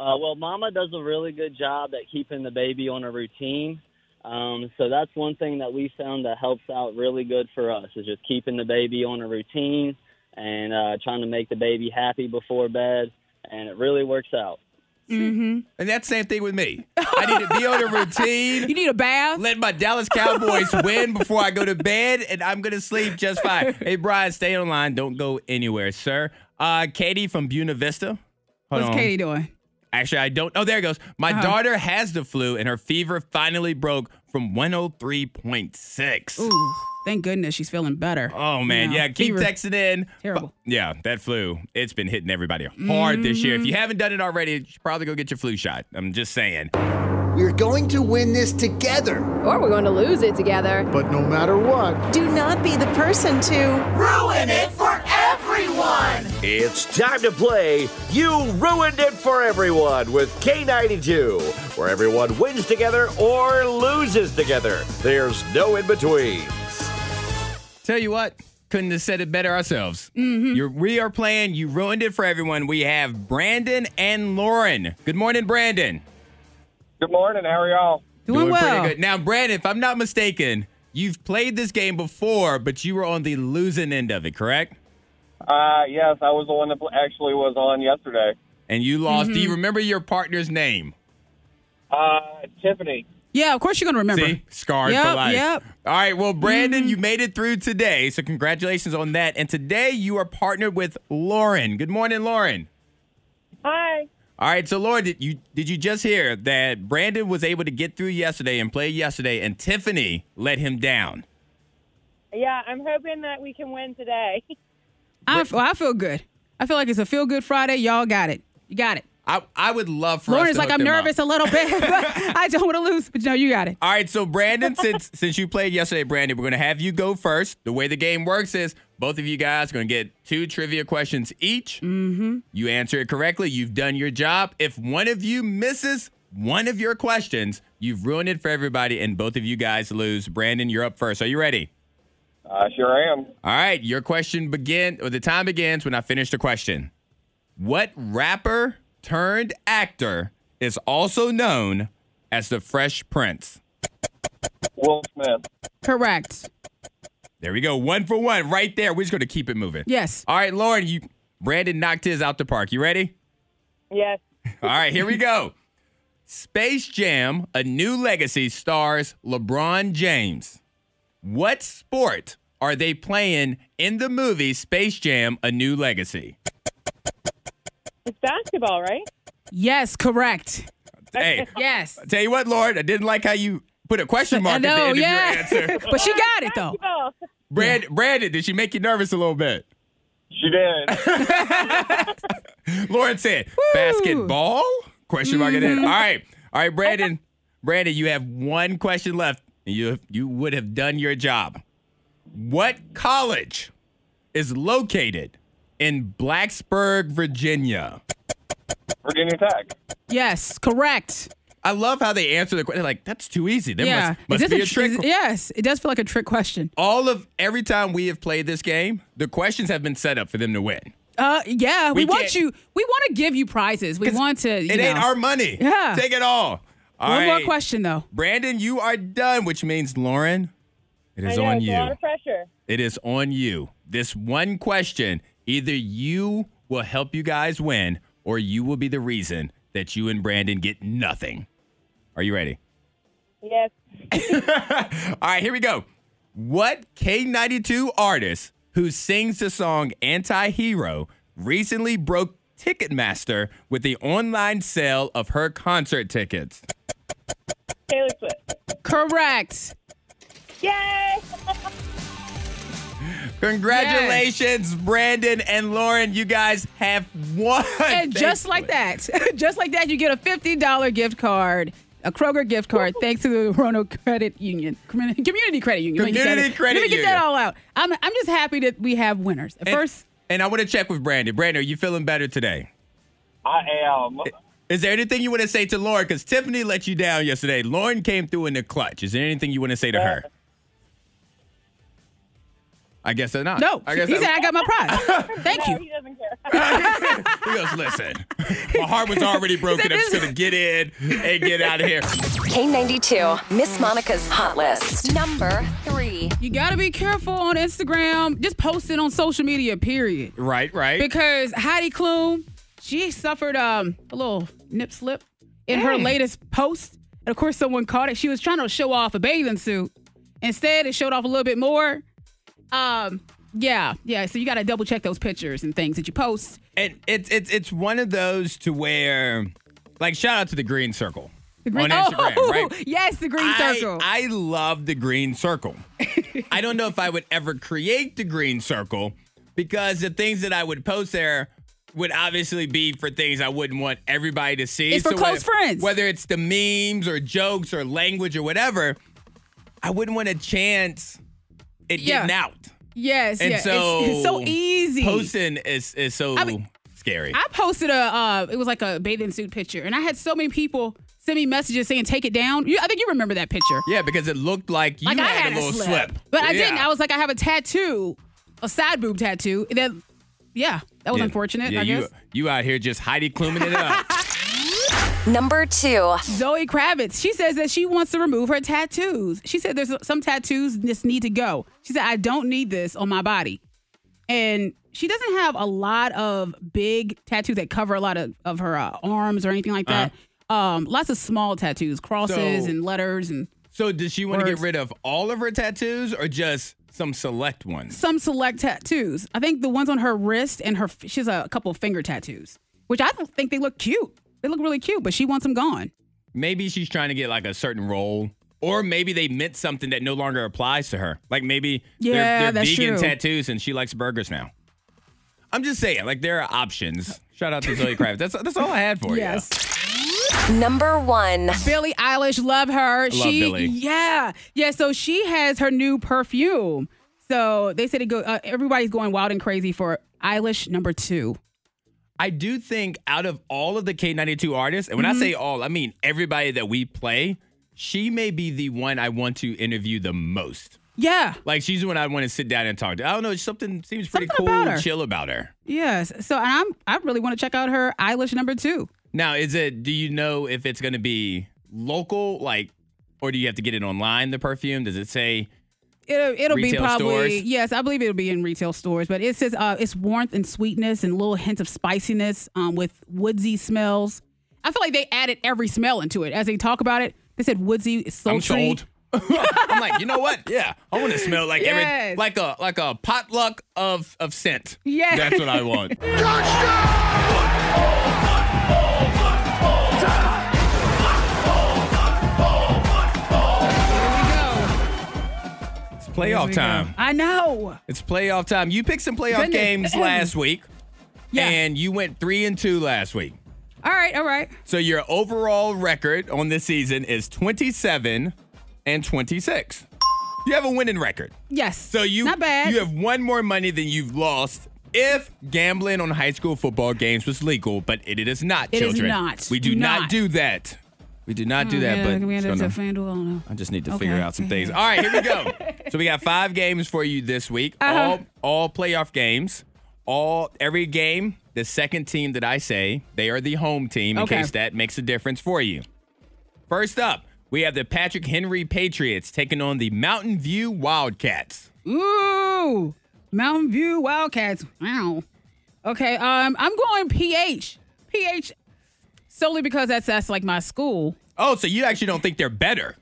G: Uh, well, Mama does a really good job at keeping the baby on a routine. Um, so that's one thing that we found that helps out really good for us is just keeping the baby on a routine and uh, trying to make the baby happy before bed, and it really works out.
D: And that same thing with me. I need to be on a routine.
F: You need a bath.
D: Let my Dallas Cowboys win before I go to bed, and I'm gonna sleep just fine. Hey, Brian, stay online. Don't go anywhere, sir. Uh, Katie from Buena Vista. Hold
F: What's
D: on.
F: Katie Uh-huh. doing?
D: Actually, I don't. Oh, there it goes. My daughter has the flu, and her fever finally broke from 103.6.
F: Ooh, thank goodness she's feeling better.
D: Oh man,
F: Yeah,
D: yeah. Keep
F: fever.
D: texting in.
F: Terrible.
D: Fu- Yeah, that flu. It's been hitting everybody hard this year. If
F: Mm-hmm.
D: you haven't done it already, you should probably go get your flu shot. I'm just saying.
H: We're going to win this together.
I: Or we're going to lose it together.
H: But no matter what,
J: Do not be the person to
K: It's time to play You Ruined It for Everyone with K92, where everyone wins together or loses together. There's no in between.
D: Tell you what, couldn't have said it better ourselves.
F: Mm-hmm.
D: You're, we are playing. You ruined it for everyone. We have Brandon and Lauren. Good morning, Brandon.
G: Good morning. How are y'all?
F: Doing, well.
D: pretty good. Now, Brandon, if I'm not mistaken, you've played this game before, but you were on the losing end of it, correct?
G: Uh, yes, I was the one that actually was on yesterday.
D: And you lost.
F: Mm-hmm.
D: Do you remember your partner's name?
G: Uh, Tiffany.
F: Yeah, of course you're gonna remember. Mm-hmm.
D: See, scarred for
F: Yep,
D: life.
F: yep.
D: All right, well, Brandon, you made it through today, so congratulations on that. And today you are partnered with Lauren. Good morning, Lauren.
G: Hi.
D: All right, so Lauren, did you did you just hear that Brandon was able to get through yesterday and play yesterday, and Tiffany let him down?
G: Yeah, I'm hoping that we can win today.
F: I, well, I feel good. I feel like it's a feel good Friday. Y'all got it. You got it.
D: I, I would love for
F: Lauren's
D: us to
F: like,
D: hook
F: I'm
D: them up.
F: nervous a little bit, but I don't want to lose. But no, you got it.
D: All right, so Brandon, since since you played yesterday, Brandon, we're gonna have you go first. The way the game works is both of you guys are gonna get two trivia questions each. Mm-hmm. You answer it correctly, you've done your job. If one of you misses one of your questions, you've ruined it for everybody, and both of you guys lose. Brandon, you're up first. Are you ready?
L: I sure am.
D: All right, your question begin or the time begins when I finish the question. What rapper turned actor is also known as the Fresh Prince?
L: Will Smith.
F: Correct.
D: There we go. One for one right there. We're just going to keep it moving.
F: Yes.
D: All right, Lauren, you Brandon knocked his out the park. You ready?
M: Yes.
D: All right, here we go. Space Jam: A New Legacy stars LeBron James. What sport are they playing in the movie Space Jam: A New Legacy?
M: It's basketball, right?
F: Yes, correct.
D: Hey,
F: Yes.
D: tell you what, Lauren, I didn't like how you put a question mark
F: I know,
D: at the
F: yeah.
D: end of your answer.
F: but she got it, though.
M: Oh,
D: Brand, Brandon, did she make you nervous a little bit?
L: She did.
D: Lauren said, basketball? Question mark at
F: Mm-hmm.
D: the end. All right. All right, Brandon. Brandon, you have one question left. and You you would have done your job. What college is located in Blacksburg, Virginia?
L: Virginia Tech.
F: Yes, correct.
D: I love how they answer the question. Like, that's too easy. There
F: yeah.
D: must, must
F: Is this
D: be a
F: tr-
D: trick.
F: is- yes, it does feel like a trick question.
D: All of every time we have played this game, the questions have been set up for them to win.
F: Uh, yeah, we,
D: We
F: want
D: can't-
F: you. We want to give you prizes. We want to. You
D: It ain't
F: know.
D: our money.
F: Yeah.
D: Take it all. All
F: One more
D: right.
F: question though.
D: Brandon, you are done, which means Lauren, it
M: I
D: is
M: know,
D: on
M: it's
D: you.
M: A lot of pressure.
D: It is on you. This one question, either you will help you guys win or you will be the reason that you and Brandon get nothing. Are you ready?
M: Yes.
D: All right, here we go. What K92 artist who sings the song Anti Hero recently broke Ticketmaster with the online sale of her concert tickets?
M: Taylor Swift.
F: Correct.
M: Yay!
D: Congratulations, Brandon and Lauren. You guys have won.
F: And just like that, just like that, you get a fifty dollar gift card, a Kroger gift card, thanks to the Roanoke Credit Union, Community Community Credit Union. Let me get that-
D: Community Credit
F: Let me get
D: Union.
F: that all out. I'm I'm just happy that we have winners. At
D: And-
F: first,
D: And I want to check with Brandon. Brandon, are you feeling better today?
L: I am.
D: Is there anything you want to say to Lauren? Because Tiffany let you down yesterday. Lauren came through in the clutch. Is there anything you want to say to her? I guess they're not.
F: no,
D: I guess
F: he
D: I-
F: said I got my prize. Thank
M: No,
F: you.
M: he doesn't care.
D: he goes, listen, my heart was already broken. I'm just going to get in and get out of here.
A: K92, Miss Monica's Hot List. Number three.
F: You gotta be careful on Instagram. Just post it on social media. Period.
D: Right, right.
F: because Heidi Klum, she suffered um, a little nip slip in her latest post. And of course, someone caught it. She was trying to show off a bathing suit. Instead, it showed off a little bit more. Um, yeah, yeah. So you got to double check those pictures and things that you post.
D: And it's it's it's one of those to where, like, shout out to the Green Circle
F: The green-
D: on Instagram,
F: oh,
D: right?
F: yes, the green
D: I,
F: circle.
D: I love the green circle. I don't know if I would ever create the green circle because the things that I would post there would obviously be for things I wouldn't want everybody to see.
F: It's for close
D: whether-
F: friends.
D: Whether it's the memes or jokes or language or whatever, I wouldn't want a chance it
F: Yeah.
D: getting out.
F: yes,
D: And
F: yes.
D: so
F: it's, it's so easy.
D: Posting is is so
F: mean,
D: scary.
F: I posted a uh, it was like a bathing suit picture, and I had so many people send me messages saying take it down. You, I think you remember that picture.
D: Yeah, because it looked like you
F: like
D: had,
F: I had
D: a little slip.
F: but I
D: Yeah.
F: didn't. I was like, I have a tattoo, a side boob tattoo. And then, yeah, that was
D: Yeah.
F: unfortunate.
D: Yeah,
F: I
D: you
F: guess
D: you out here just Heidi Kluming it up.
A: Number two.
F: Zoe Kravitz. She says that she wants to remove her tattoos. She said there's some tattoos just need to go. She said I don't need this on my body, and she doesn't have a lot of big tattoos that cover a lot of of her uh, arms or anything like that. Um, lots of small tattoos, crosses
D: So-
F: and letters and
D: so does she want to get
F: Words.
D: rid of all of her tattoos or just some select ones?
F: some select tattoos. I think the ones on her wrist and her she has a couple of finger tattoos, which I don't think they look cute. They look really cute, but she wants them gone.
D: Maybe she's trying to get like a certain role. Or maybe they meant something that no longer applies to her. Like maybe
F: Yeah,
D: they're, they're
F: that's
D: vegan
F: true.
D: tattoos and she likes burgers now. I'm just saying, like there are options. Shout out to Zoe Kravitz. That's that's all I had for you.
A: Number one.
F: Billie Eilish, love her.
D: love
F: she,
D: Billie.
F: yeah, yeah. So she has her new perfume. So they said it go. Uh, everybody's going wild and crazy for Eilish number two.
D: I do think out of all of the K92 artists, and when
F: Mm-hmm.
D: I say all, I mean everybody that we play, she may be the one I want to interview the most.
F: Yeah.
D: Like she's the one I want to sit down and talk to. I don't know, something seems pretty cool,
F: Something about her.
D: chill about her.
F: Yes. So and I'm I really want to check out her Eilish number two.
D: Now, is it? Do you know if it's going to be local, like, or do you have to get it online? The perfume? Does it say?
F: It'll, it'll be
D: Retail
F: probably
D: stores?
F: yes, I believe it'll be in retail stores. But it says uh, it's warmth and sweetness and little hints of spiciness um, with woodsy smells. I feel like they added every smell into it as they talk about it. They said woodsy,
D: I'm
F: sultry.
D: sold. I'm like, you know what? Yeah, I want to smell like every
F: Yes.
D: like a like a potluck of of scent.
F: Yes.
D: that's what I want. It's playoff time.
F: I know.
D: It's playoff time. You picked some playoff
F: Goodness.
D: games last week. And you went three and two last week.
F: All right, all right.
D: So your overall record on this season is 27 and 26. You have a winning record.
F: Yes.
D: So you
F: not bad.
D: you have won more money than you've lost if gambling on high school football games was legal, but it is not,
F: It is
D: children.
F: not.
D: We do
F: Do
D: not.
F: not. Oh,
D: do that. We do not do that,
F: Yeah,
D: but
F: we
D: it's
F: ended up
D: gonna-
F: at FanDuel. I don't know.
D: I just need to
F: Okay.
D: figure out some things. All right, here we go. so we got five games for you this week.
F: Uh-huh.
D: All all playoff games. All every game, the second team that I say, they are the home team in
F: Okay.
D: case that makes a difference for you. First up, we have the Patrick Henry Patriots taking on the Mountain View Wildcats.
F: Ooh, Mountain View Wildcats. Wow. Okay. Um, I'm going PH. PH solely because that's that's like my school.
D: Oh, so you actually don't think they're better.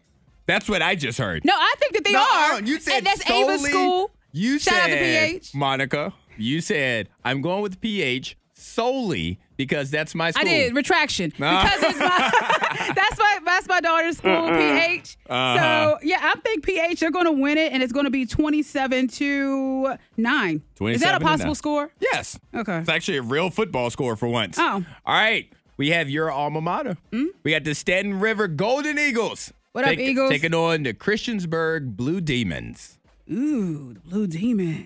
D: That's what I just heard.
F: No, I think that they
D: No,
F: are.
D: no, you said
F: and that's Ava's
D: solely-
F: school.
D: You
F: Shout
D: said,
F: out to PH.
D: Monica, you said, I'm going with PH solely because that's my school.
F: I did retraction
D: Nah.
F: because it's my that's my that's my daughter's school PH.
D: Uh-huh.
F: So yeah, I think PH they're going to win it and it's going to be twenty seven to nine. Is
D: 27
F: that a
D: to
F: possible
D: nine.
F: score?
D: Yes.
F: Okay.
D: It's actually a real football score for once.
F: Oh. Mm-hmm.
D: All right. We have your alma mater. We got the Staten River Golden Eagles.
F: What up,
D: Take-
F: Eagles?
D: Taking on the Christiansburg Blue Demons.
F: Ooh, the Blue Demon.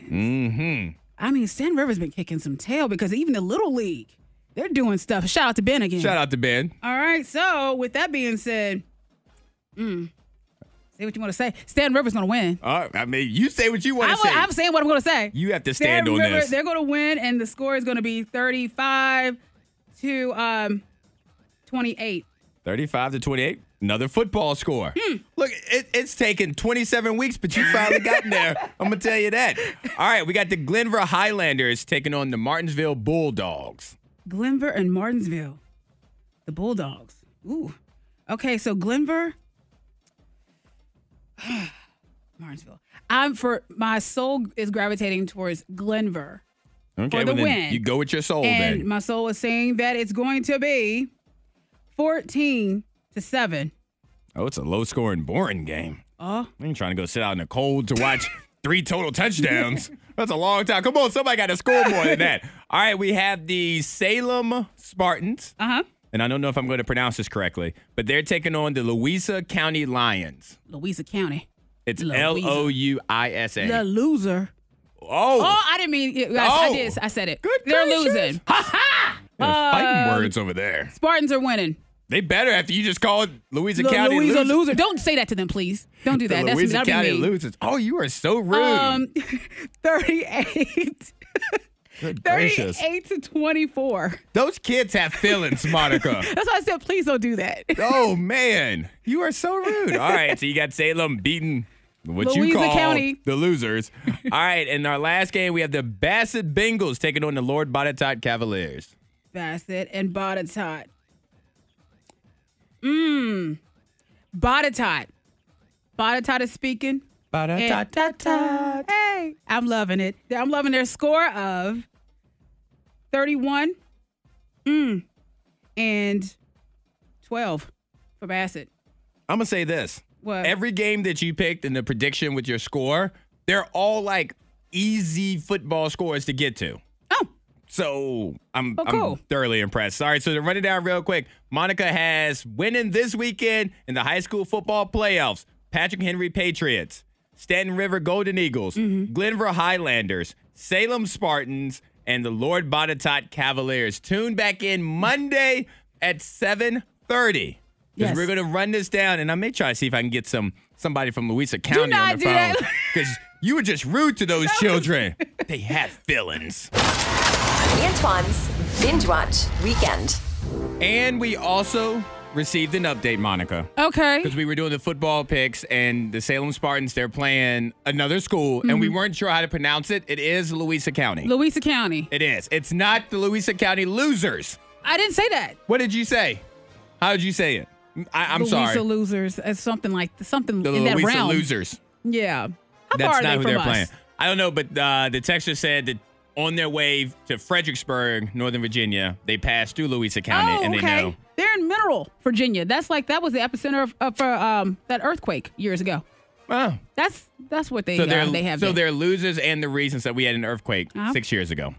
D: Mm-hmm.
F: I mean, Stan Rivers been kicking some tail because even the little league, they're doing stuff. Shout out to Ben again.
D: Shout out to Ben.
F: All right. So with that being said, mm, say what you want to say. Stan Rivers gonna win.
D: All right. Uh, I mean, you say what you want
F: I,
D: to say.
F: am saying what I'm gonna say.
D: you have to stand
F: Stan
D: on
F: Rivers,
D: this.
F: They're gonna win, and the score is gonna be 35 to um 28.
D: 35 to 28. Another football score.
F: Hmm.
D: Look, it, it's taken 27 weeks, but you finally got there. I'm going to tell you that. All right. We got the Glenver Highlanders taking on the Martinsville Bulldogs.
F: Glenver and Martinsville, the Bulldogs. Ooh. Okay, so Glenver, Martinsville. I'm for my soul is gravitating towards Glenver.
D: Okay,
F: For the
D: well then
F: win.
D: you go with your soul
F: and
D: then.
F: my soul is saying that it's going to be 14 to 7.
D: Oh, it's a low scoring, boring game.
F: Oh,
D: I ain't trying to go sit out in the cold to watch three total touchdowns. That's a long time. Come on, somebody got to score more than that. All right, we have the Salem Spartans.
F: Uh huh.
D: And I don't know if I'm going to pronounce this correctly, but they're taking on the Louisa County Lions.
F: Louisa County.
D: It's
F: Louisa.
D: L O U I S A.
F: The loser.
D: Oh,
F: Oh, I didn't mean it. I, I
D: Oh.
F: did. I said it. Good They're
D: gracious.
F: losing.
D: they're fighting
F: um,
D: words over there.
F: Spartans are winning.
D: They better after you just called Louisa
F: Lil
D: County
F: Louisa
D: losers.
F: loser. Don't say that to them, please. Don't do
D: The
F: that. That's
D: Louisa
F: that'd be
D: County
F: mean.
D: losers. Oh, you are so rude.
F: Um, 38.
D: Good gracious.
F: 38 to 24.
D: Those kids have feelings, Monica.
F: That's why I said, please don't do that.
D: oh man, you are so rude. All right, so you got Salem beating what you
F: Louisa
D: call
F: County.
D: the losers. All right, in our last game, we have the Bassett Bengals taking on the Lord Botetourt Cavaliers.
F: Bassett and Botetourt. Mmm. Botetourt. Botetourt is speaking. And- Hey, I'm loving it. I'm loving their score of 31 mm, and 12 for Bassett.
D: I'm gonna say this:
F: What?
D: every game that you picked and the prediction with your score, they're all like easy football scores to get to.
F: Oh,
D: So I'm,
F: Oh, cool.
D: I'm thoroughly impressed. All right, so to run it down real quick, Monica has winning this weekend in the high school football playoffs. Patrick Henry Patriots, Stanton River Golden Eagles,
F: Mm-hmm.
D: Glenver Highlanders, Salem Spartans, and the Lord Botetourt Cavaliers. Tune back in Monday at 7:30 because
F: Yes.
D: we're gonna run this down, and I may try to see if I can get some somebody from Louisa County
F: not
D: on the
F: do
D: phone
F: that.
D: because you were just rude to those children. they have feelings.
A: Antoine's Binge Watch Weekend.
D: And we also received an update, Monica.
F: Okay.
D: Because we were doing the football picks and the Salem Spartans, they're playing another school, and we
F: Mm-hmm.
D: weren't sure how to pronounce it. It is Louisa County.
F: Louisa County.
D: it is. It's not the Louisa County losers.
F: I didn't say that.
D: What did you say? How did you say it? I, I'm
F: Louisa
D: sorry.
F: losers, uh, something like something
D: the
F: in that
D: Louisa
F: realm.
D: losers.
F: Yeah. How
D: That's not
F: far are they
D: who
F: from
D: they're
F: us?
D: playing. I don't know, but uh, the texter said that on their way to Fredericksburg, Northern Virginia, they passed through Louisa County,
F: Oh,
D: and they
F: okay.
D: know.
F: They're in Mineral, Virginia. That's like that was the epicenter of, uh, for um that earthquake years ago.
D: Wow.
F: That's that's what they
D: so
F: uh,
D: they're
F: they have.
D: so
F: been.
D: they're losers and the reasons that we had an earthquake
F: Uh-huh.
D: six years ago.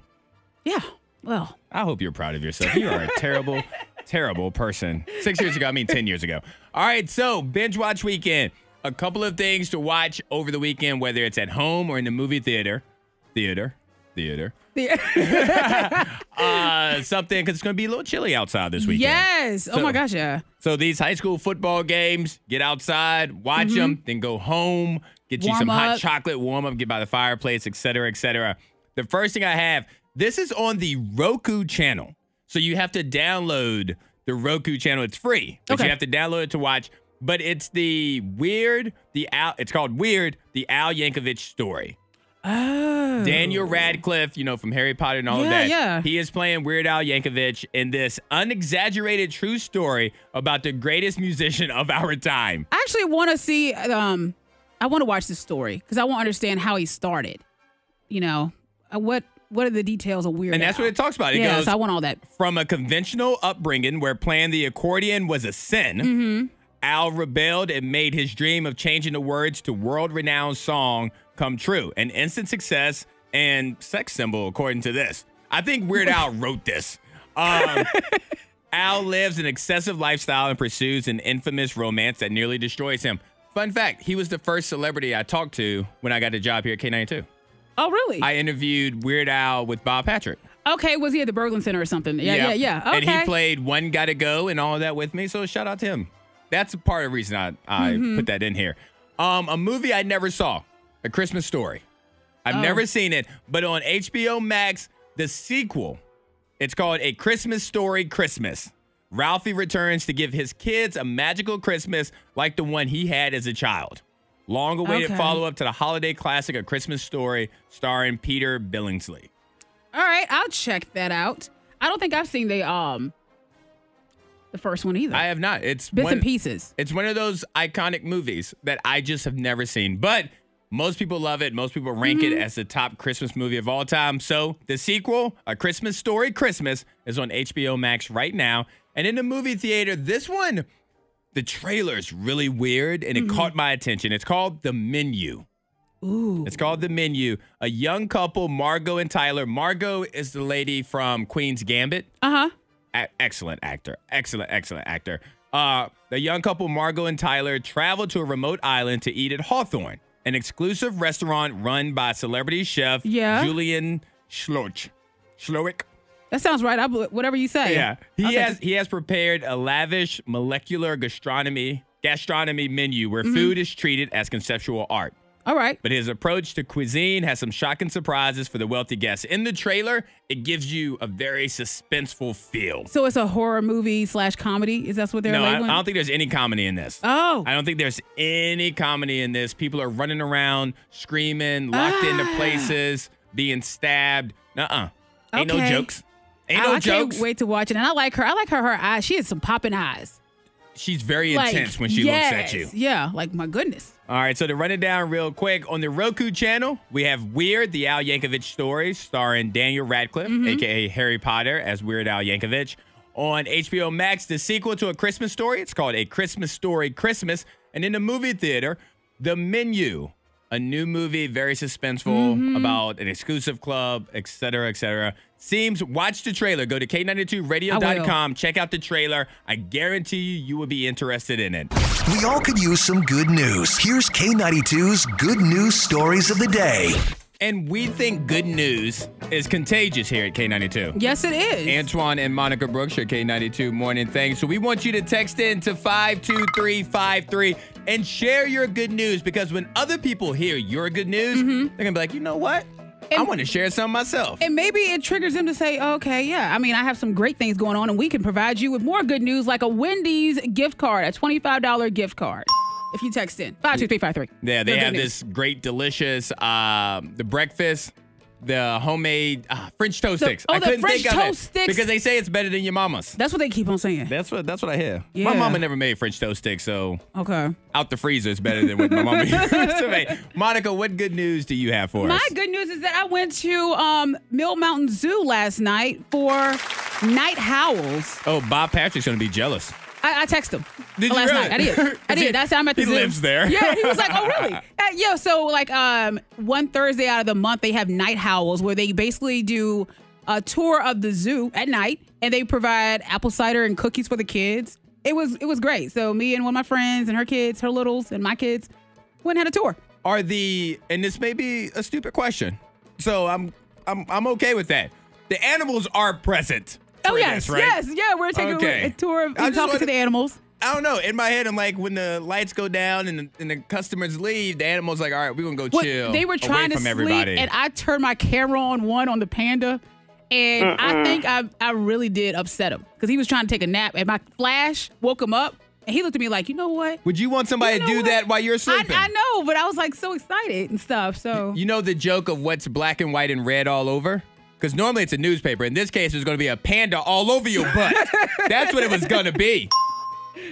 F: yeah. Well,
D: I hope you're proud of yourself. You are a terrible, terrible person. Six years ago, I mean ten years ago. All right, so binge watch weekend. A couple of things to watch over the weekend, whether it's at home or in the movie theater, theater, theater. Uh, something because it's going to be a little chilly outside this weekend.
F: yes. oh my
D: So-
F: gosh, yeah.
D: So these high school football games, get outside, watch
F: Mhm.
D: them, then go home, get you some
F: Warm
D: hot
F: up.
D: chocolate, warm up, get by the fireplace, et cetera, et cetera. The first thing I have, this is on the Roku channel. So you have to download the Roku channel. It's free, but
F: Okay.
D: you have to download it to watch. But it's the weird, the Al, it's called Weird, the Al Yankovic story.
F: Oh.
D: Daniel Radcliffe, you know, from Harry Potter and all of
F: Yeah,
D: that.
F: yeah.
D: He is playing Weird Al Yankovic in this unexaggerated true story about the greatest musician of our time.
F: I actually want to see. Um, I want to watch this story because I want to understand how he started. You know, uh, what what are the details of weird?
D: And that's
F: Al?
D: what it talks about. It
F: yes,
D: goes
F: I want all that.
D: from a conventional upbringing where playing the accordion was a sin. Al rebelled and made his dream of changing the words to world renowned song come true. An instant success and sex symbol, according to this. I think Weird Al wrote this. Um, Al lives an excessive lifestyle and pursues an infamous romance that nearly destroys him. Fun fact he was the first celebrity I talked to when I got the job here at K92.
F: Oh, really?
D: I interviewed Weird Al with Bob Patrick.
F: okay, was he at the Berglund Center or something? Yeah, yeah, yeah. Okay.
D: And he played One Gotta Go and all of that with me. So shout out to him. That's a part of the reason I, I
F: Mhm.
D: put that in here. Um, a movie I never saw, A Christmas Story. I've
F: Oh.
D: never seen it, but on HBO Max, the sequel, it's called A Christmas Story Christmas. Ralphie returns to give his kids a magical Christmas like the one he had as a child. Long awaited
F: Okay.
D: follow up to the holiday classic A Christmas Story starring Peter Billingsley.
F: All right, I'll check that out. I don't think I've seen the um the first one either.
D: I have not. It's
F: Bits
D: one-
F: and pieces.
D: It's one of those iconic movies that I just have never seen. But most people love it. Most people rank it as the top Christmas movie of all time. So the sequel, A Christmas Story Christmas, is on HBO Max right now. And in the movie theater, this one, the trailer is really weird and it
F: Mm-hmm.
D: caught my attention. It's called The Menu.
F: Ooh.
D: It's called The Menu. A young couple, Margot and Tyler. Margot is the lady from Queen's Gambit
F: Uh huh.
D: a- excellent actor. Excellent, excellent actor. Uh, the young couple, Margot and Tyler, travel to a remote island to eat at Hawthorne, an exclusive restaurant run by celebrity chef
F: Yeah.
D: Julian Schloch. Schloick.
F: That sounds right. I bel- whatever you say.
D: Yeah. He
F: I'll take
D: has
F: it.
D: he has prepared a lavish molecular gastronomy gastronomy menu where
F: Mm-hmm.
D: food is treated as conceptual art.
F: All right.
D: But his approach to cuisine has some shocking surprises for the wealthy guests. In the trailer, it gives you a very suspenseful feel.
F: So it's a horror movie slash comedy. Is that what they're
D: No, I, I
F: labeling?
D: don't think there's any comedy in this.
F: Oh.
D: I don't think there's any comedy in this. People are running around, screaming, locked into
F: Ah.
D: places, being stabbed. Nuh uh. Ain't no
F: Okay. Oh,
D: jokes. Ain't
F: I-
D: no
F: I
D: jokes.
F: can't wait to watch it. And I like her. I like her. Her eyes. She has some popping eyes.
D: She's very
F: Like,
D: intense when she looks at you.
F: yes. Yeah. Like my goodness.
D: All right, so to run it down real quick, on the Roku channel, we have Weird, the Al Yankovic story, starring Daniel Radcliffe, aka Harry Potter, as Weird Al Yankovic. On HBO Max, the sequel to A Christmas Story, it's called A Christmas Story Christmas. And in the movie theater, The Menu, a new movie, very suspenseful
F: Mhm.
D: about an exclusive club, et cetera, et cetera. Seems, watch the trailer. Go to
F: I
D: K92radio.com, check out the trailer. I guarantee you, you will be interested in it.
N: We all could use some good news. Here's K92's good news stories of the day.
D: And we think good news is contagious here at K92.
F: Yes, it is.
D: Antoine and Monica Brooks, your K92 morning thing. So we want you to text in to 52353 and share your good news because when other people hear your good news, they're going to be like, you know what? I want to share some myself.
F: Mm-hmm. And maybe it triggers them to say, okay, yeah, I mean, I have some great things going on, and we can provide you with more good news like a Wendy's gift card, a $25 gift card. If you text in 52353.
D: Yeah, they
F: Your good
D: have
F: news.
D: this great, delicious, um, the breakfast, the homemade uh, French toast
F: The-
D: sticks.
F: oh,
D: I
F: the
D: couldn't
F: French
D: think of
F: toast
D: it
F: sticks.
D: because they say it's better than your mama's.
F: That's what they keep on saying.
D: That's what that's what I hear.
F: Yeah.
D: My mama never made French toast sticks, so
F: Okay.
D: out the freezer is better than what my mama used to make. Monica, what good news do you have for
F: My
D: us?
F: good news is that I went to um, Mill Mountain Zoo last night for night howls.
D: Oh, Bob Patrick's gonna be jealous.
F: I, I texted him
D: Did you
F: last
D: really?
F: night. I did. I
D: He-
F: did. That's how I'm at the
D: he
F: zoo.
D: lives there.
F: Yeah, he was like, "Oh, really? Uh, yeah." So like, um, one Thursday out of the month, they have night howls where they basically do a tour of the zoo at night, and they provide apple cider and cookies for the kids. It was it was great. So me and one of my friends and her kids, her littles and my kids, went and had a tour.
D: Are the and this may be a stupid question, so I'm I'm I'm okay with that. The animals are present.
F: Oh
D: for
F: yes,
D: this, right?
F: yes, yeah. We're taking a-
D: Okay.
F: a, tour of
D: I just
F: and talking to
D: wanted-
F: the animals.
D: I don't know. In my head, I'm like, when the lights go down and the, and the customers leave, the animals like, all right, we're gonna go
F: What-
D: chill.
F: They were trying
D: away
F: to
D: from
F: sleep,
D: everybody.
F: and I turned my camera on one on the panda, and I
D: Mm-mm.
F: think I I really did upset him because he was trying to take a nap, and my flash woke him up, and he looked at me like, you know what?
D: Would you want somebody to do that while you're
F: I,
D: sleeping?
F: I know, but I was like so excited and stuff. So
D: You know the joke of what's black and white and red all over? Because normally it's a newspaper. In this case, it's going to be a panda all over your butt. That's what it was going to be.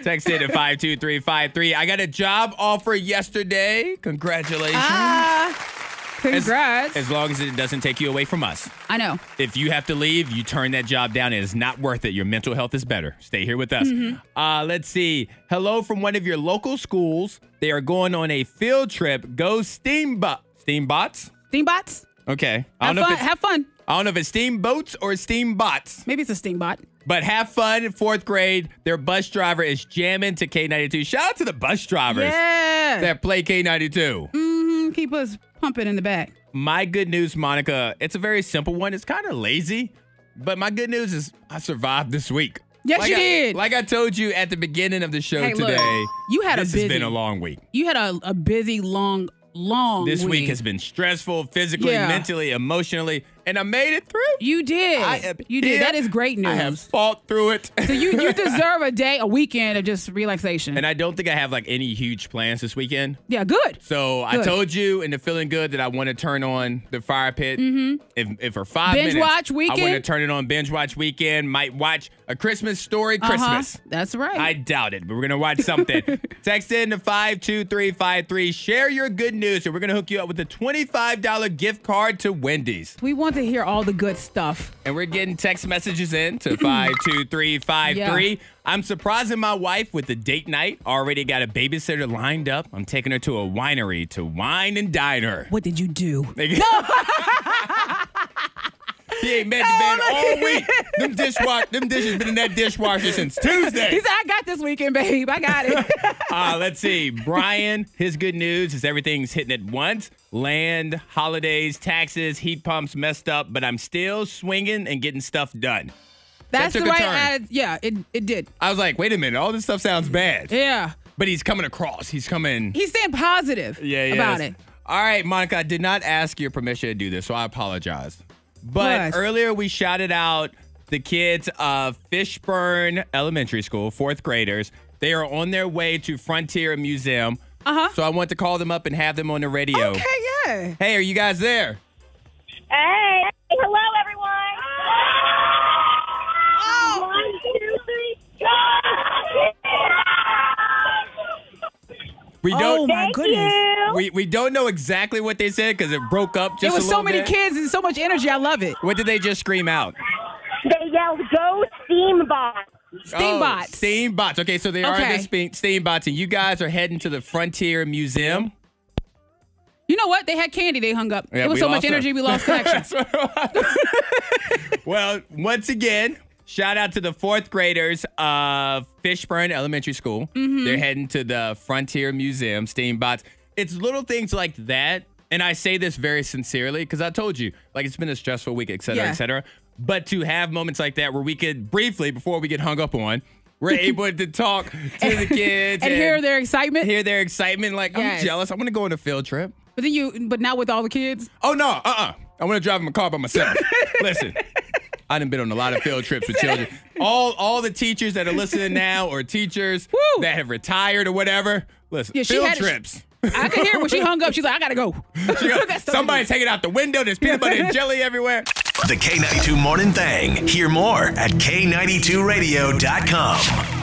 D: Text in at 52353. I got a job offer yesterday. Congratulations.
F: Ah, congrats.
D: As, as long as it doesn't take you away from us.
F: I know.
D: If you have to leave, you turn that job down. It is not worth it. Your mental health is better. Stay here with us.
F: Mhm.
D: Uh, let's see. Hello from one of your local schools. They are going on a field trip. Go Steambo- Steambots?
F: Steambots?
D: Okay. I don't
F: Have
D: know
F: fun.
D: if it's,
F: Have fun.
D: I don't know if it's steamboats or steambots.
F: Maybe it's a steambot.
D: But have fun in fourth grade. Their bus driver is jamming to K92. Shout out to the bus drivers
F: Yeah.
D: that play K92.
F: hmm Keep us pumping in the back.
D: My good news, Monica, it's a very simple one. It's kind of lazy, but my good news is I survived this week.
F: Yes,
D: like
F: you
D: I,
F: did.
D: Like I told you at the beginning of the show
F: Hey, look,
D: today,
F: you had a
D: this has
F: busy-
D: been a long week.
F: You had a, a busy, long, long.
D: This week
F: week
D: has been stressful physically,
F: Yeah.
D: mentally, emotionally, and I made it through.
F: You did.
D: I am
F: you did.
D: here.
F: That is great news.
D: I have fought through it.
F: So you you deserve a day, a weekend of just relaxation.
D: And I don't think I have like any huge plans this weekend.
F: yeah, good.
D: So I
F: Good.
D: told you in the feeling good that I want to turn on the fire pit.
F: Mhm.
D: If, if for five
F: Binge
D: minutes,
F: watch
D: I want to
F: weekend?
D: turn it on binge watch weekend. Might watch a Christmas story
F: Uh-huh.
D: Christmas.
F: That's right.
D: I doubt it, but we're gonna watch something. Text in to five two three five three. Share your good news, and we're gonna hook you up with a twenty five dollar gift card to Wendy's.
F: we want to hear all the good stuff.
D: And we're getting text messages in to 52353. I'm surprising my wife with the date night. Already got a babysitter lined up. I'm taking her to a winery to wine and dine her.
F: What did you do?
D: He ain't met the bed all week. Them, dishwa- them dishes been in that dishwasher since Tuesday.
F: He said, "I got this weekend, babe. I got it."
D: Uh, let's see. Brian, his good news is everything's hitting at once. Land, holidays, taxes, heat pumps messed up, but I'm still swinging and getting stuff done.
F: That's
D: that
F: the
D: took
F: right.
D: a turn.
F: ad- yeah, it it did.
D: I was like, wait a minute, all this stuff
F: Mm.
D: sounds bad.
F: Yeah.
D: But he's coming across. He's coming.
F: He's saying positive.
D: yeah, yeah.
F: About it.
D: All right, Monica, I did not ask your permission to do this, so I apologize. But
F: What?
D: earlier we shouted out the kids of Fishburne Elementary School, fourth graders. They are on their way to Frontier Museum. Uh-huh. So I want to call them up and have them on the radio.
F: Okay, yeah.
D: Hey, are you guys there?
M: Hey, hello everyone. Oh. One, two, three,
D: We
F: Oh,
D: don't.
F: my Thank goodness. you.
D: We we don't know exactly what they said because it broke up. Just
F: It
D: a
F: was so
D: little
F: many
D: bit. Oh,
F: kids and so much energy. I love it.
D: What did they just scream out?
M: They yelled, "Go Steambot!"
D: Oh, Steambots. Okay, so they are
M: Okay.
D: the spe- Steambots, and you guys are heading to the Frontier Museum.
F: You know what? They had candy. They hung up.
D: Yeah,
F: it was
D: we
F: so
D: lost
F: much energy.
D: her.
F: We lost connection.
D: Well, once again, shout out to the fourth graders of Fishburne Elementary School.
F: Mhm.
D: They're heading to the Frontier Museum, Steambots. It's little things like that. And I say this very sincerely because I told you, like, it's been a stressful week, et cetera,
F: Yeah.
D: et cetera. But to have moments like that where we could briefly, before we get hung up on, we're able to talk to the kids
F: and hear their excitement.
D: Hear their excitement. Like,
F: Yes.
D: I'm jealous. I want to go on a field trip.
F: But then you, but not with all the kids.
D: Oh no, uh uh I want to drive in my car by myself. Listen, I done been on a lot of field trips with children. All all the teachers that are listening now or teachers that have retired or whatever. Listen,
F: Yeah, she
D: field
F: had-
D: trips.
F: I could hear it when she hung up. She's like, I gotta go.
D: She go, Somebody's hanging out the window. There's peanut butter and jelly everywhere.
N: The K92 Morning Thing. Hear more at K92Radio.com.